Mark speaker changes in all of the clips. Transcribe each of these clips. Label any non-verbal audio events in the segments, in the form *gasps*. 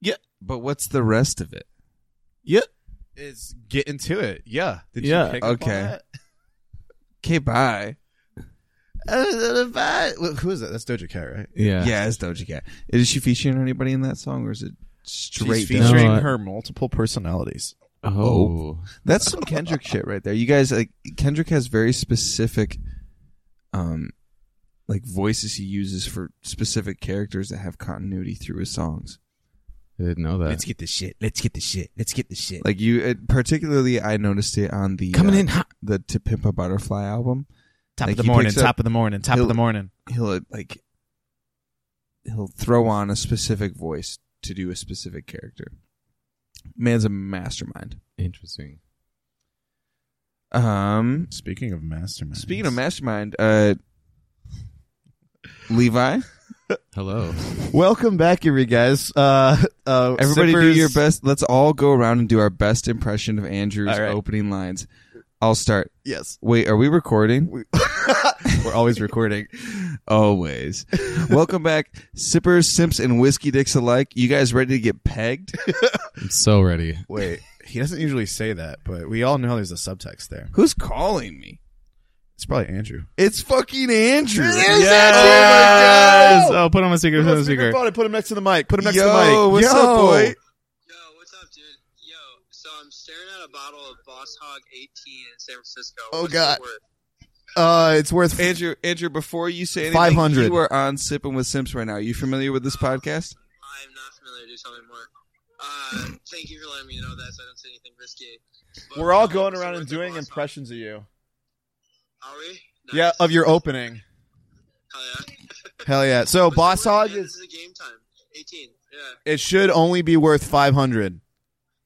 Speaker 1: Yeah.
Speaker 2: But what's the rest of it?
Speaker 1: Yeah.
Speaker 3: Is get into it. Yeah. Did
Speaker 1: Yeah.
Speaker 3: you pick up on
Speaker 2: Okay.
Speaker 3: that?
Speaker 2: Okay, bye.
Speaker 3: Wh- Who is that? That's Doja Cat, right?
Speaker 2: Yeah. it's Doja Cat. Is she featuring anybody in that song, or is it straight?
Speaker 3: She's
Speaker 2: down?
Speaker 3: featuring
Speaker 1: No, I-
Speaker 3: her multiple personalities.
Speaker 2: Oh. That's some Kendrick shit right there. You guys, like Kendrick has very specific, um, like voices he uses for specific characters that have continuity through his songs.
Speaker 4: I didn't know that.
Speaker 3: get the shit. Let's get the shit. Let's get the shit.
Speaker 2: Like you, it, particularly, I noticed it on the
Speaker 3: Coming
Speaker 2: uh,
Speaker 3: in hot.
Speaker 2: the To Pimp a Butterfly album.
Speaker 3: Top
Speaker 2: Like,
Speaker 3: of the
Speaker 2: he
Speaker 3: morning.
Speaker 2: picks up-
Speaker 3: Top of the morning. Top of
Speaker 2: He'll-
Speaker 3: the morning.
Speaker 2: He'll uh, like he'll throw on a specific voice to do a specific character. Man's a mastermind.
Speaker 4: Interesting.
Speaker 2: Um,
Speaker 3: Speaking of mastermind.
Speaker 2: speaking of
Speaker 3: *laughs*
Speaker 2: mastermind, uh,
Speaker 3: *laughs*
Speaker 2: Levi.
Speaker 4: Hello.
Speaker 3: Welcome back, you guys. Uh, uh,
Speaker 2: Everybody do
Speaker 3: Sippers-
Speaker 2: your best. Let's all go around and do our best impression of Andrew's
Speaker 3: All right.
Speaker 2: opening lines. I'll start.
Speaker 3: Yes.
Speaker 2: Wait, are we recording?
Speaker 3: *laughs* We're always recording.
Speaker 2: *laughs* Always. Welcome back, sippers, simps, and whiskey dicks alike. You guys ready to get pegged?
Speaker 4: I'm so ready.
Speaker 3: Wait. He doesn't usually say that, but we all know there's a subtext there.
Speaker 2: Who's calling me?
Speaker 3: It's probably Andrew.
Speaker 2: It's fucking Andrew. Oh
Speaker 3: Yes!
Speaker 4: Oh, put on my speaker. Put on my speaker.
Speaker 3: I put him next to the mic. Put him next
Speaker 2: Yo,
Speaker 3: to the mic.
Speaker 2: what's
Speaker 3: Yo.
Speaker 2: up, boy?
Speaker 5: Yo, what's up, dude? Yo, so I'm staring at a bottle of Boss Hog 18 in San Francisco.
Speaker 3: Oh,
Speaker 5: What's
Speaker 3: God.
Speaker 5: It worth?
Speaker 3: Uh, it's worth
Speaker 2: Andrew, Andrew, before you say anything,
Speaker 3: 500.
Speaker 2: you are on Sipping with Simps right now. you familiar with this podcast?
Speaker 5: I'm not familiar. Do something more. Uh, thank you for letting me know that so I don't say anything risky. But,
Speaker 3: We're all
Speaker 5: uh,
Speaker 3: going
Speaker 5: so
Speaker 3: around
Speaker 5: where's
Speaker 3: and
Speaker 5: the
Speaker 3: doing
Speaker 5: Boss
Speaker 3: impressions of you.
Speaker 5: Hog? Are we? Nice.
Speaker 3: Yeah, of your opening.
Speaker 5: Hell yeah.
Speaker 3: Hell yeah. So
Speaker 5: What's it
Speaker 3: Boss
Speaker 5: worth,
Speaker 3: Hog
Speaker 5: man?
Speaker 3: is
Speaker 5: This is a game time. 18. Yeah.
Speaker 3: it should only be worth 500.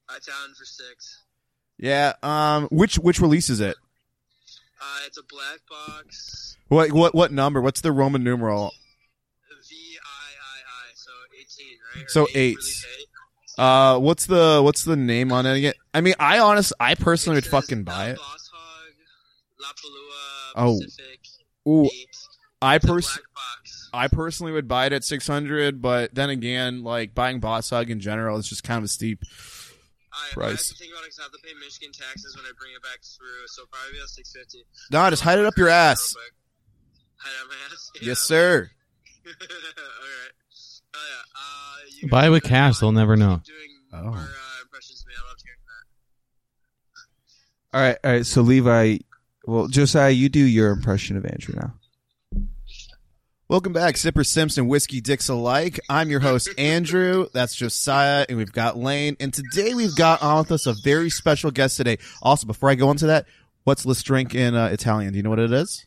Speaker 5: I down for six.
Speaker 3: Yeah. Um which which release is it?
Speaker 5: Uh, it's a black box.
Speaker 3: What what what number? What's the Roman numeral?
Speaker 5: V I I I. So 18, right? Or
Speaker 3: So eight.
Speaker 5: release eight.
Speaker 3: Uh what's the what's the name on it again? I mean, I honest I personally would
Speaker 5: says,
Speaker 3: fucking
Speaker 5: uh,
Speaker 3: buy it.
Speaker 5: Boss Hog, La Palua,
Speaker 3: Oh.
Speaker 5: Pacific,
Speaker 3: Ooh,
Speaker 5: eight.
Speaker 3: I
Speaker 5: It's a
Speaker 3: pers-
Speaker 5: black box.
Speaker 3: I personally would buy it at 600, but then again, like buying Boss Hog in general is just kind of a steep.
Speaker 5: I, I have
Speaker 3: price.
Speaker 5: to think about it 'cause I have to pay Michigan taxes when I bring it back through, so probably about six fifty.
Speaker 3: Nah, just hide it up your ass.
Speaker 5: Hide it up my ass. *laughs* Yeah.
Speaker 3: Yes, sir.
Speaker 5: All right. Oh yeah. Uh, you
Speaker 4: Buy
Speaker 5: guys
Speaker 4: it with
Speaker 5: keep
Speaker 4: cash,
Speaker 5: on-
Speaker 4: they'll never
Speaker 5: keep
Speaker 4: know.
Speaker 5: Doing
Speaker 3: Oh.
Speaker 5: more, uh, impressions of me. I love hearing that.
Speaker 2: All right, all right. So Levi, well, Josiah, you do your impression of Andrew now.
Speaker 3: Welcome back, Sipper Simpson, Whiskey Dicks alike. I'm your host, Andrew. That's Josiah, and we've got Lane. And today we've got on with us a very special guest today. Also, before I go into that, what's let's drink in uh, Italian? Do you know what it is?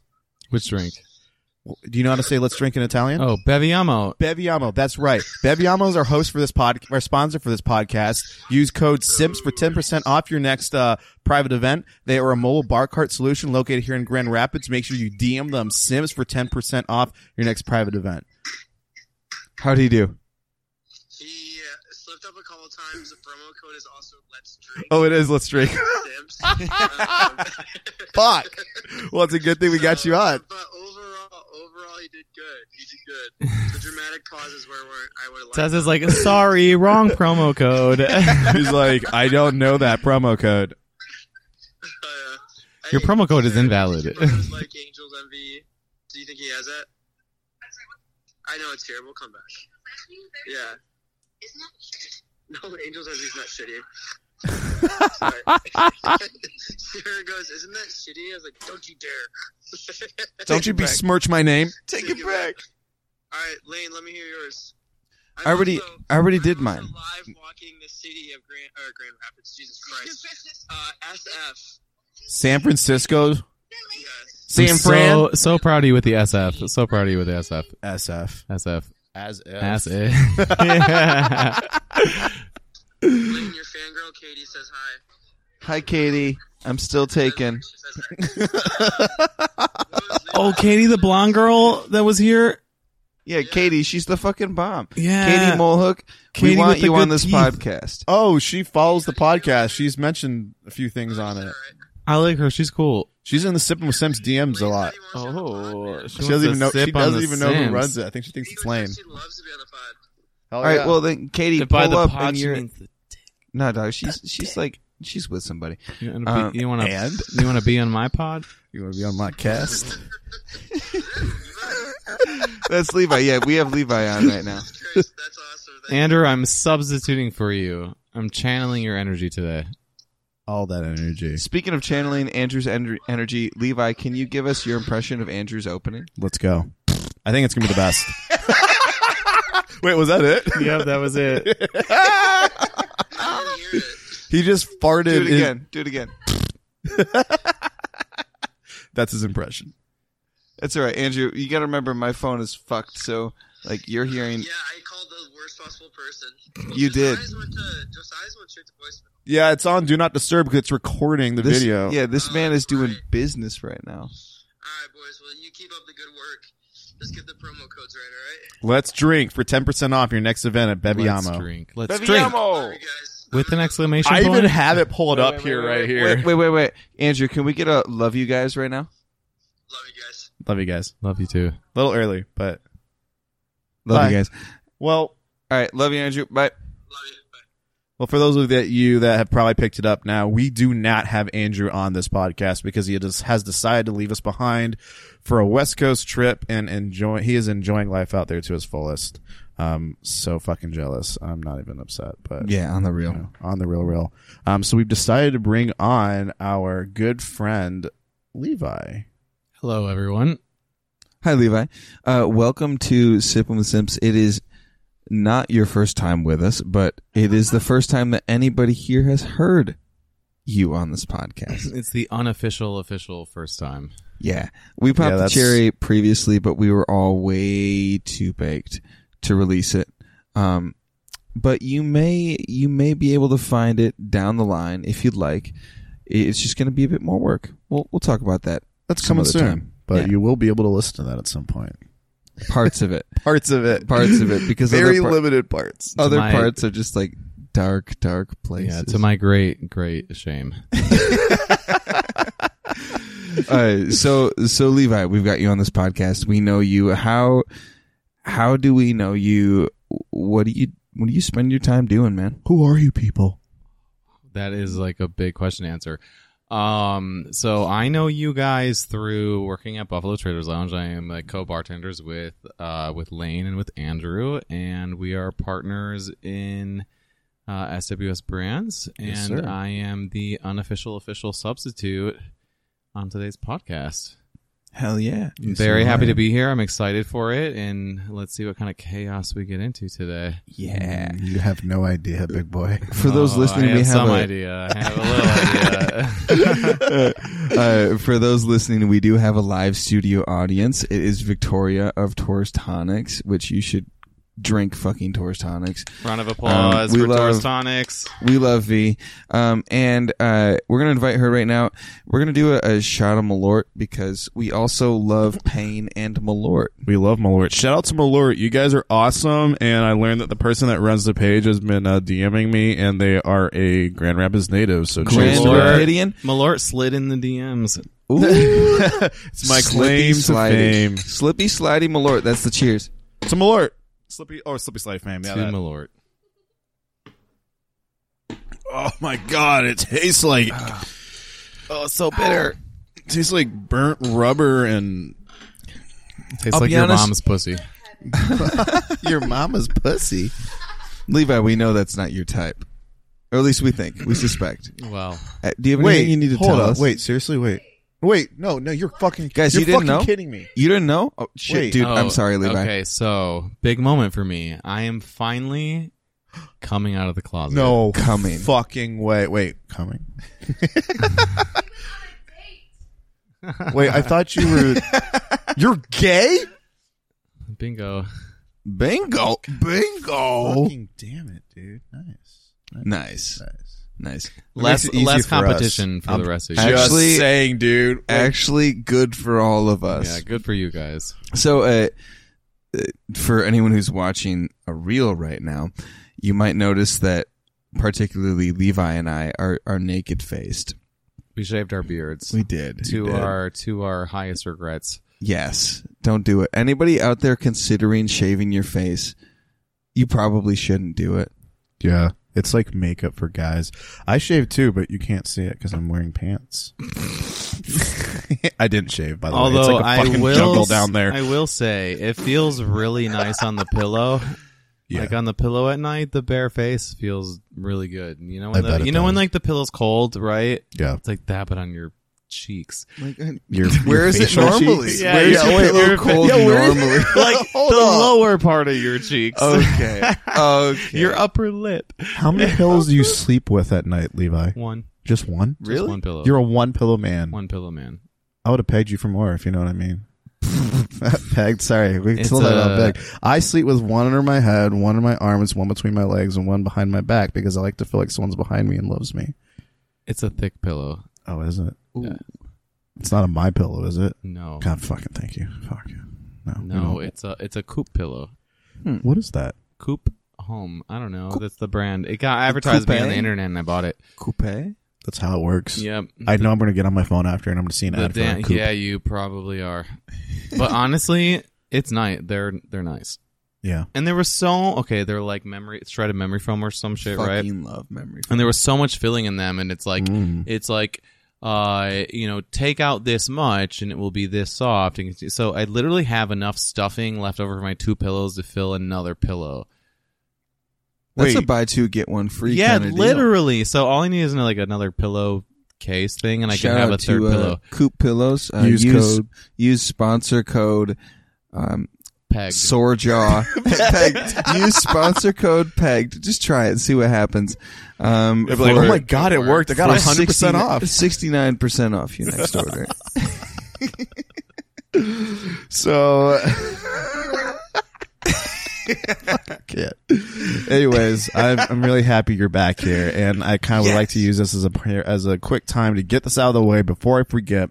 Speaker 4: Which drink?
Speaker 3: Do you know how to say let's drink in Italian?
Speaker 4: Oh, Beviamo.
Speaker 3: Beviamo, that's right. Beviamo is our host for this pod, our sponsor for this podcast. Use code SIMPS for 10% off your next uh, private event. They are a mobile bar cart solution located here in Grand Rapids. Make sure you DM them SIMPS for 10% off your next private event.
Speaker 2: How do you do?
Speaker 5: He uh, slipped up a couple times. The promo code is also let's drink.
Speaker 3: Oh, it is. Let's drink. *laughs*
Speaker 5: *laughs* Simps. Um, *laughs*
Speaker 3: Fuck. Well, it's a good thing we got you on.
Speaker 5: But overall, overall, he did good. He did
Speaker 3: *laughs*
Speaker 5: good. The dramatic pauses where where I would like.
Speaker 4: Tess is like, sorry, wrong
Speaker 2: *laughs*
Speaker 4: promo code.
Speaker 3: He's like, I don't know that promo code.
Speaker 5: Uh,
Speaker 4: Your
Speaker 5: hey,
Speaker 4: promo code is
Speaker 5: Jared,
Speaker 4: invalid.
Speaker 5: your
Speaker 4: *laughs*
Speaker 5: promo's like Angels MV. Do you think he has that? I know it's terrible. Come back. Yeah. No, Angels MV is not shitty. Sorry. *laughs* Sarah goes, "Isn't that shitty?" I was like, "Don't *laughs* you dare!"
Speaker 3: Don't you besmirch my name.
Speaker 5: Take it back. All right, Lane, let me hear yours. I'm
Speaker 2: I already,
Speaker 5: also-
Speaker 2: I already did
Speaker 5: I'm also
Speaker 2: mine.
Speaker 5: Live walking the city of Grand, or Grand Rapids. Jesus Christ. Uh, SF.
Speaker 3: San Francisco,
Speaker 5: Yes.
Speaker 3: San
Speaker 4: I'm
Speaker 3: Fran,
Speaker 4: So, so proud of you with the SF. So proud of you with the SF.
Speaker 3: SF.
Speaker 4: SF.
Speaker 3: As if.
Speaker 4: That's it. yeah.
Speaker 5: Lane, your fangirl Katie says hi.
Speaker 2: Hi, Katie. I'm still taken.
Speaker 5: She says hi. *laughs*
Speaker 4: Oh, Katie, the blonde girl that was here.
Speaker 2: Yeah, Katie, she's the fucking bomb.
Speaker 4: Yeah.
Speaker 2: Katie Mulhook, we
Speaker 4: Katie
Speaker 2: want
Speaker 4: with the
Speaker 2: you
Speaker 4: good
Speaker 2: on this
Speaker 4: teeth.
Speaker 2: podcast.
Speaker 3: Oh, she follows the podcast. She's mentioned a few things on it.
Speaker 4: I like her. She's cool.
Speaker 3: She's in the Sipping with Sims DMs a lot.
Speaker 4: Oh,
Speaker 3: She doesn't even know. She doesn't even know who runs it. I think she thinks it's
Speaker 5: Lane.
Speaker 3: Lane.
Speaker 5: She loves to be on the pod.
Speaker 3: Hell
Speaker 2: All right,
Speaker 3: yeah.
Speaker 2: well then, Katie,
Speaker 1: And
Speaker 2: pull
Speaker 1: by the
Speaker 2: up
Speaker 1: pod,
Speaker 2: and
Speaker 1: you
Speaker 2: you're
Speaker 1: mean the
Speaker 2: no, no. She's she's like she's with somebody. *laughs*
Speaker 4: You want
Speaker 2: Um,
Speaker 4: to be, you wanna-
Speaker 3: and?
Speaker 4: you wanna be on my pod?
Speaker 3: you want to be on my cast?
Speaker 2: That's Levi. Yeah, we have Levi on right now.
Speaker 5: Chris, that's awesome. Thank
Speaker 4: Andrew, I'm substituting for you. I'm channeling your energy today.
Speaker 3: All that energy.
Speaker 2: Speaking of channeling Andrew's en- energy, Levi, can you give us your impression of Andrew's opening?
Speaker 3: Let's go. I think it's gonna be the best. *laughs* Wait, was that it?
Speaker 4: Yep, that was it.
Speaker 5: you. I didn't hear it.
Speaker 3: He just farted.
Speaker 2: Do it
Speaker 3: his-
Speaker 2: again. Do it again.
Speaker 3: that's his impression.
Speaker 2: That's all right, Andrew. You got to remember, my phone is fucked. So, like, you're hearing.
Speaker 5: Yeah, I called the worst possible person.
Speaker 2: You did.
Speaker 5: Josiah's Went to, Josiah's went straight to voicemail.
Speaker 3: Yeah, it's on Do Not Disturb because it's recording the
Speaker 2: This,
Speaker 3: video.
Speaker 2: Yeah, this man is doing business right now.
Speaker 5: All right, boys. Well, you keep up the good work. Just get the promo codes right. All right.
Speaker 3: Let's drink for ten percent off your next event at
Speaker 4: Let's
Speaker 3: Beviamo.
Speaker 4: drink. Let's drink.
Speaker 5: Love
Speaker 2: Beviamo!
Speaker 5: you guys.
Speaker 4: Oh. With an exclamation
Speaker 3: I
Speaker 4: point.
Speaker 3: even have it pulled up here, right here.
Speaker 2: Wait, wait, wait. Andrew, can we get a love you guys right now?
Speaker 5: Love you guys.
Speaker 3: Love you guys.
Speaker 4: Love you too.
Speaker 3: A little early, but
Speaker 2: Love
Speaker 3: Bye.
Speaker 2: you guys.
Speaker 3: well,
Speaker 2: All right, love you, Andrew. Bye.
Speaker 5: Love you. Bye.
Speaker 3: well for those of that you that have probably picked it up now, we do not have Andrew on this podcast because he just has decided to leave us behind for a West Coast trip and enjoy. He is enjoying life out there to his fullest. Um, so fucking jealous. I'm not even upset, but
Speaker 2: Yeah, on the
Speaker 3: you know, on the real real. Um, so we've decided to bring on our good friend Levi.
Speaker 4: Hello, everyone.
Speaker 2: Hi, Levi. Uh, welcome to Sipping with Simps. It is not your first time with us, but it is the first time that anybody here has heard you on this
Speaker 3: *laughs*
Speaker 2: podcast.
Speaker 4: It's the unofficial, official first time.
Speaker 2: yeah. We popped
Speaker 3: Yeah,
Speaker 2: the
Speaker 3: that's-
Speaker 2: cherry previously, but we were all way too baked to release it. Um, but you may, you may be able to find it down the line if you'd like. It's just going to be a bit more work. We'll, we'll talk about that.
Speaker 3: That's
Speaker 2: some
Speaker 3: coming
Speaker 2: other
Speaker 3: soon.
Speaker 2: time.
Speaker 3: But
Speaker 2: Yeah.
Speaker 3: you will be able to listen to that at some point.
Speaker 2: Parts of it.
Speaker 3: *laughs* Parts of it.
Speaker 2: Parts of it.
Speaker 3: *laughs*
Speaker 2: Because other
Speaker 3: Very
Speaker 2: par-
Speaker 3: limited parts.
Speaker 2: other
Speaker 4: my-
Speaker 2: parts are just like dark, dark places.
Speaker 4: Yeah,
Speaker 2: *laughs*
Speaker 4: to my great, great shame.
Speaker 2: Uh, so, so Levi, we've got you on this podcast. We know you. How, how do we know you? What do you, what do you spend your time doing, man?
Speaker 3: Who are you people?
Speaker 4: That is like a big question to answer. Um, so I know you guys through working at Buffalo Traders Lounge. I am like co-bartenders with uh with Lane and with Andrew, and we are partners in uh, SWS Brands. And
Speaker 3: Yes, sir.
Speaker 4: I am the unofficial official substitute on today's podcast.
Speaker 2: Hell yeah!
Speaker 4: Very happy to be here. I'm excited for it, and let's see what kind of chaos we get into today.
Speaker 2: Yeah.
Speaker 3: You have no idea, big boy.
Speaker 2: For those
Speaker 4: Oh,
Speaker 2: listening,
Speaker 4: I have
Speaker 2: we have
Speaker 4: some
Speaker 2: a,
Speaker 4: idea. *laughs* I have a little
Speaker 2: *laughs*
Speaker 4: idea. *laughs*
Speaker 2: uh, for those listening, we do have a live studio audience. It is Victoria of Taurus Tonics, which you should drink fucking Taurus Tonics.
Speaker 4: Round of applause
Speaker 2: we
Speaker 4: for
Speaker 2: love-
Speaker 4: Taurus Tonics.
Speaker 2: We love V. Um, and uh, we're going to invite her right now. We're going to do a, a shot of Malort because we also love pain and Malort.
Speaker 3: *laughs* We love Malort. Shout out to Malort. You guys are awesome. And I learned that the person that runs the page has been uh, DMing me, and they are a Grand Rapids native. So cheers
Speaker 2: Grand
Speaker 3: to
Speaker 4: Malort.
Speaker 3: that.
Speaker 2: Rapidian.
Speaker 4: Malort slid in the DMs.
Speaker 3: *laughs* it's my claim to fame.
Speaker 2: Slippy slidey Malort. That's the cheers.
Speaker 3: To Malort. Slippy, oh, Slippy Slide fame. Yeah,
Speaker 4: to
Speaker 3: that-
Speaker 4: Malort.
Speaker 3: Oh my god, it tastes like oh, it's so bitter. It tastes like burnt rubber and
Speaker 4: Tastes
Speaker 2: I'll
Speaker 4: like
Speaker 2: be
Speaker 4: your
Speaker 2: honest-
Speaker 4: mom's pussy.
Speaker 3: your mama's pussy.
Speaker 2: Levi, we know that's not your type. Or at least we think. We suspect.
Speaker 4: Well,
Speaker 2: Uh, do you have anything
Speaker 3: Wait,
Speaker 2: you need to
Speaker 3: hold
Speaker 2: tell
Speaker 3: up.
Speaker 2: us?
Speaker 3: Wait, seriously, wait, wait. No, no, you're fucking
Speaker 2: Guys,
Speaker 3: You're
Speaker 2: you didn't
Speaker 3: fucking
Speaker 2: know?
Speaker 3: kidding me.
Speaker 2: You didn't know? Oh shit,
Speaker 3: Wait.
Speaker 2: dude.
Speaker 4: oh,
Speaker 2: I'm sorry, Levi.
Speaker 4: Okay, so big moment for me. I am finally coming out of the closet.
Speaker 3: No,
Speaker 2: Coming.
Speaker 3: Fucking way. Wait, coming. wait, I thought you
Speaker 2: *laughs*
Speaker 3: were. you're gay.
Speaker 4: bingo.
Speaker 2: Bingo. Bingo.
Speaker 3: Fucking damn it, dude. Nice.
Speaker 2: Nice.
Speaker 3: Nice.
Speaker 2: Nice.
Speaker 4: Less
Speaker 3: makes it easy
Speaker 4: less
Speaker 3: for us.
Speaker 4: competition for the rest of you.
Speaker 2: Actually-
Speaker 3: Just saying, dude.
Speaker 2: Actually, good for all of us.
Speaker 4: yeah, good for you guys.
Speaker 2: So, uh, uh, for anyone who's watching a reel right now, you might notice that particularly Levi and I are, are naked faced.
Speaker 4: We shaved our beards
Speaker 2: did.
Speaker 4: to our to our highest regrets.
Speaker 2: Yes. Don't do it. Anybody out there considering shaving your face? you probably shouldn't do it.
Speaker 3: Yeah. It's like makeup for guys. I shave too, but you can't see it because I'm wearing pants. *laughs* I didn't shave, by the way. It's
Speaker 4: Although
Speaker 3: like a
Speaker 4: I
Speaker 3: fucking
Speaker 4: will,
Speaker 3: jungle down there.
Speaker 4: I oh will say it feels really nice on the pillow.
Speaker 3: Yeah.
Speaker 4: Like on the pillow at night, the bare face feels really good. You know
Speaker 3: I
Speaker 4: when the,
Speaker 3: bet it
Speaker 4: you know when
Speaker 3: does.
Speaker 4: like the pillow's cold, right?
Speaker 3: yeah.
Speaker 4: It's like dab it on your
Speaker 3: *laughs*
Speaker 4: cheeks.
Speaker 2: Like, *laughs*
Speaker 3: Your,
Speaker 2: where is it normally?
Speaker 4: Yeah,
Speaker 2: where is
Speaker 4: yeah,
Speaker 2: your
Speaker 4: wait,
Speaker 2: pillow
Speaker 4: your-
Speaker 2: cold
Speaker 3: yeah, where is-
Speaker 2: normally?
Speaker 4: *laughs* Like
Speaker 2: *laughs*
Speaker 3: Hold Oh,
Speaker 4: the
Speaker 3: on.
Speaker 4: lower part of your cheeks. *laughs*
Speaker 2: okay. Okay.
Speaker 4: Your upper lip.
Speaker 3: How many pillows do you sleep with at night, Levi?
Speaker 4: One.
Speaker 3: Just one?
Speaker 4: Just one pillow.
Speaker 3: You're a one pillow man.
Speaker 4: one pillow man.
Speaker 3: I would have pegged you for more, if you know what I
Speaker 4: *laughs*
Speaker 3: mean. pegged. Sorry, we
Speaker 4: It's uh,
Speaker 3: still not on
Speaker 4: a-
Speaker 3: pegged. I sleep with one under my head, one in my arms, one between my legs, and one behind my back because I like to feel like someone's behind me and loves me.
Speaker 4: It's a thick pillow.
Speaker 3: Oh, is it?
Speaker 2: Ooh.
Speaker 3: It's not a my pillow, is it?
Speaker 4: No.
Speaker 3: God, fucking thank you. Fuck. No. we
Speaker 4: No,
Speaker 3: don't.
Speaker 4: it's a it's a coop pillow.
Speaker 3: what is that?
Speaker 4: Coop home. I don't know. That's the brand. It got advertised to me on the
Speaker 2: Coupe?
Speaker 4: internet and I bought it.
Speaker 2: Coupe?
Speaker 3: That's how it works.
Speaker 4: Yep.
Speaker 3: I know I'm going to get on my phone after and I'm going to see an
Speaker 4: The
Speaker 3: ad for a
Speaker 4: dan-
Speaker 3: coupe.
Speaker 4: yeah, you probably are. But honestly, it's nice. They're they're nice.
Speaker 3: Yeah.
Speaker 4: And there was so okay, they're like memory shredded memory foam or some shit, right?
Speaker 2: Fucking love memory.
Speaker 4: And there was so much filling in them and it's like
Speaker 3: Mm.
Speaker 4: it's like uh you know take out this much and it will be this soft and so i literally have enough stuffing left over for my two pillows to fill another pillow
Speaker 2: That's
Speaker 3: Wait.
Speaker 2: a buy two get one free.
Speaker 4: yeah
Speaker 2: kinda deal.
Speaker 4: literally so all i need is like another pillow case thing and i can have a third
Speaker 2: to,
Speaker 4: pillow
Speaker 2: Uh, Coop pillows. Uh,
Speaker 3: Use
Speaker 2: use,
Speaker 3: code-
Speaker 2: Use sponsor code um,
Speaker 4: pegged
Speaker 2: Sorejaw. pegged. Use sponsor code pegged. Just try it and see what happens. Um,
Speaker 3: They'd be like,
Speaker 2: for-
Speaker 3: oh my God, it worked. I got
Speaker 2: for
Speaker 3: 100%
Speaker 2: 60
Speaker 3: off.
Speaker 2: 69% off your next order.
Speaker 3: So. Yeah. *laughs* Anyways, I'm, I'm really happy you're back here, and I kind of would like to use this as a prayer- as a quick time to get this out of the way before I forget.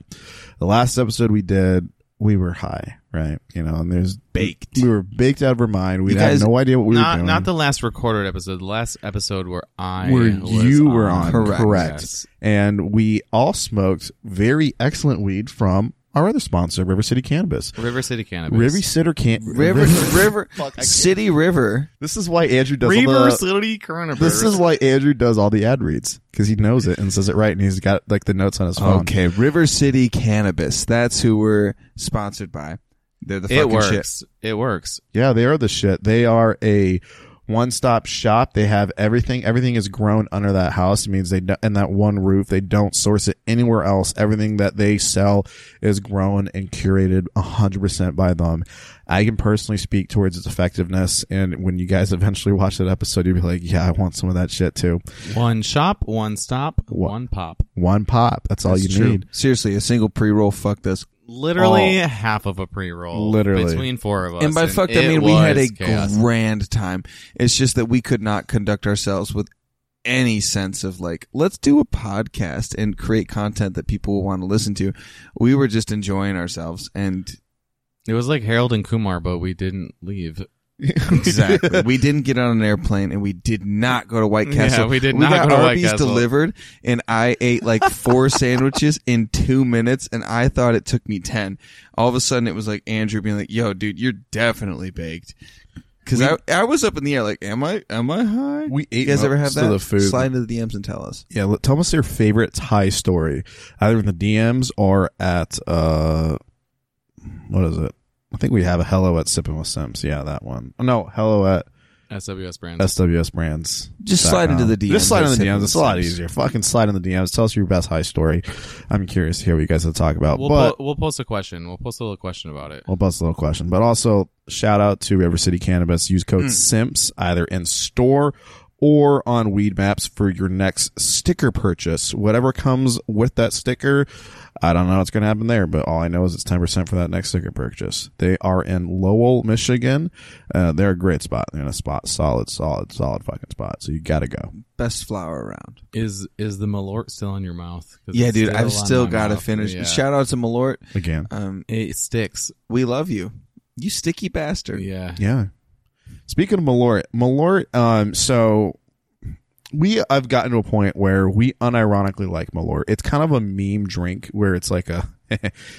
Speaker 3: The last episode we did, we were high, right? You know, and there's
Speaker 2: Baked.
Speaker 3: We were baked out of our mind. We
Speaker 2: You
Speaker 3: had
Speaker 2: guys-
Speaker 3: no idea what we were
Speaker 4: not
Speaker 3: doing.
Speaker 4: not the last recorded episode the last episode where i
Speaker 3: where
Speaker 4: was
Speaker 3: you were on, correct?
Speaker 2: Correct.
Speaker 4: Yes.
Speaker 3: And we all smoked very excellent weed from our other sponsor, River City Cannabis.
Speaker 4: river city cannabis
Speaker 3: River City Can
Speaker 2: River, river, city river.
Speaker 3: This is why Andrew does all the.
Speaker 4: river city cannabis
Speaker 3: This is why Andrew does all the ad reads because he knows it and says it right, and he's got like the notes on his phone.
Speaker 2: Okay, River City Cannabis. That's who we're sponsored by. They're the
Speaker 4: it
Speaker 2: fucking
Speaker 4: works
Speaker 2: shit.
Speaker 4: it works
Speaker 3: Yeah, they are the shit. They are a one-stop shop. They have everything. Everything is grown under that house. It means they do- in that one roof. They don't source it anywhere else. Everything that they sell is grown and curated 100% by them. I can personally speak towards its effectiveness. And when you guys eventually watch that episode, you'll be like, "Yeah, I want some of that shit too."
Speaker 4: One shop, one stop,
Speaker 3: Wha-
Speaker 4: one pop.
Speaker 3: One pop. That's all
Speaker 2: That's
Speaker 3: you
Speaker 2: true.
Speaker 3: need.
Speaker 2: Seriously, a single pre roll fucked us.
Speaker 4: Literally half of a pre roll.
Speaker 3: Literally.
Speaker 4: Between four of us.
Speaker 2: and by fucked, I
Speaker 4: it
Speaker 2: mean we had
Speaker 4: was
Speaker 2: a
Speaker 4: chaos.
Speaker 2: grand time. It's just that we could not conduct ourselves with any sense of like, let's do a podcast and create content that people will want to listen to. We were just enjoying ourselves,
Speaker 4: *laughs*
Speaker 2: and
Speaker 4: It was like Harold and Kumar, but we didn't leave.
Speaker 2: *laughs* exactly, we didn't get on an airplane, and we did not go to White Castle.
Speaker 4: *laughs* Yeah, we did
Speaker 2: we
Speaker 4: not
Speaker 2: got
Speaker 4: go to White
Speaker 2: Arby's
Speaker 4: Castle.
Speaker 2: delivered, and I ate like *laughs* four sandwiches in two minutes, and I thought it took me ten. All of a sudden, it was like Andrew being like, "Yo, dude, you're definitely baked." Because I, I was up in the air, like, am I am I high?
Speaker 3: We ate
Speaker 2: You guys ever have
Speaker 3: most of
Speaker 2: that?
Speaker 3: the food.
Speaker 2: Slide into the DMs and tell us.
Speaker 3: Yeah, let- tell us your favorite Thai story, either in the DMs or at uh, what is it? I think we have a hello at sipping with Sims. Yeah, that one. No, hello at
Speaker 4: SWS brands.
Speaker 3: SWS Brands.
Speaker 2: Just slide into the DMs
Speaker 3: Just slide
Speaker 2: at
Speaker 3: into the
Speaker 2: Sipping
Speaker 3: DMs.
Speaker 2: with
Speaker 3: It's a lot
Speaker 2: Sims.
Speaker 3: easier. Fucking slide in the DMs. Tell us your best high story. I'm curious to hear what you guys have to talk about.
Speaker 4: we'll,
Speaker 3: but
Speaker 4: po- we'll post a question. We'll post a little question about it.
Speaker 3: I'll bust a little question, but also shout out to River City Cannabis. Use code SIMPS either in store or on Weed Maps for your next sticker purchase. Whatever comes with that sticker, I don't know what's going to happen there, but all I know is it's 10% for that next sticker purchase. They are in Lowell, Michigan. Uh, they're a great spot. They're in a spot, solid, solid, solid fucking spot. So you got to go.
Speaker 2: Best flower around.
Speaker 4: Is is the malort still in your mouth? 'Cause
Speaker 2: Yeah,
Speaker 4: it's
Speaker 2: dude, I've
Speaker 4: on
Speaker 2: still
Speaker 4: my
Speaker 2: got to
Speaker 4: mouth.
Speaker 2: finish.
Speaker 4: Yeah.
Speaker 2: Shout out to Malort.
Speaker 3: Again.
Speaker 2: Um,
Speaker 4: it sticks.
Speaker 2: we love you, you sticky bastard. *laughs*
Speaker 4: Yeah.
Speaker 3: Yeah. Speaking of Malort, Malort, um, so we I've gotten to a *laughs* point where we unironically like Malort. It's kind of a meme drink where it's like a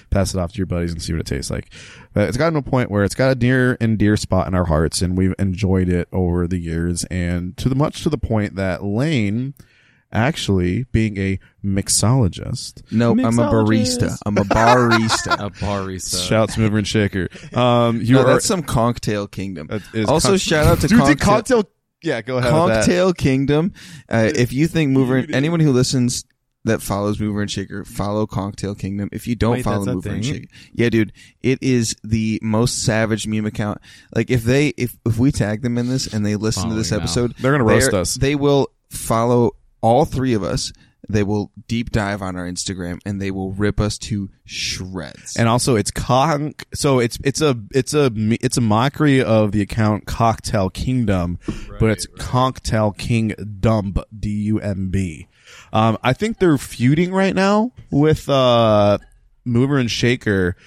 Speaker 3: pass it off to your buddies and see what it tastes like. Uh, it's gotten to a point where it's got a near and dear spot in our hearts, and we've enjoyed it over the years, and to the much to the point that Lane, actually being a mixologist,
Speaker 2: Nope, I'm a barista.
Speaker 4: Mixologist.
Speaker 2: I'm a *laughs* barista.
Speaker 4: A barista.
Speaker 3: shouts mover and shaker. Um, you
Speaker 2: no,
Speaker 3: are
Speaker 2: that's some cocktail kingdom.
Speaker 3: that is
Speaker 2: also,
Speaker 3: con-
Speaker 2: shout out to
Speaker 3: Dude,
Speaker 2: cocktail,
Speaker 3: did cocktail. Yeah, go ahead. with that.
Speaker 2: Cocktail Kingdom. Uh, if you think Mover, and, anyone who listens that follows Mover and Shaker, follow Cocktail Kingdom. If you don't
Speaker 4: Wait,
Speaker 2: follow
Speaker 4: that's a
Speaker 2: Mover and
Speaker 4: thing?
Speaker 2: Shaker, yeah, dude, it is the most savage meme account. Like if they, if if we tag them in this and they listen to this
Speaker 4: Following now.
Speaker 2: episode,
Speaker 3: They're gonna
Speaker 2: they
Speaker 3: roast
Speaker 2: are-
Speaker 3: us.
Speaker 2: They will follow all three of us. They will deep dive on our Instagram and they will rip us to shreds.
Speaker 3: and also it's conk so it's it's a it's a it's a mockery of the account cocktail kingdom but it's cocktail king dumb d-u-m-b um, i think they're feuding right now with uh mover and shaker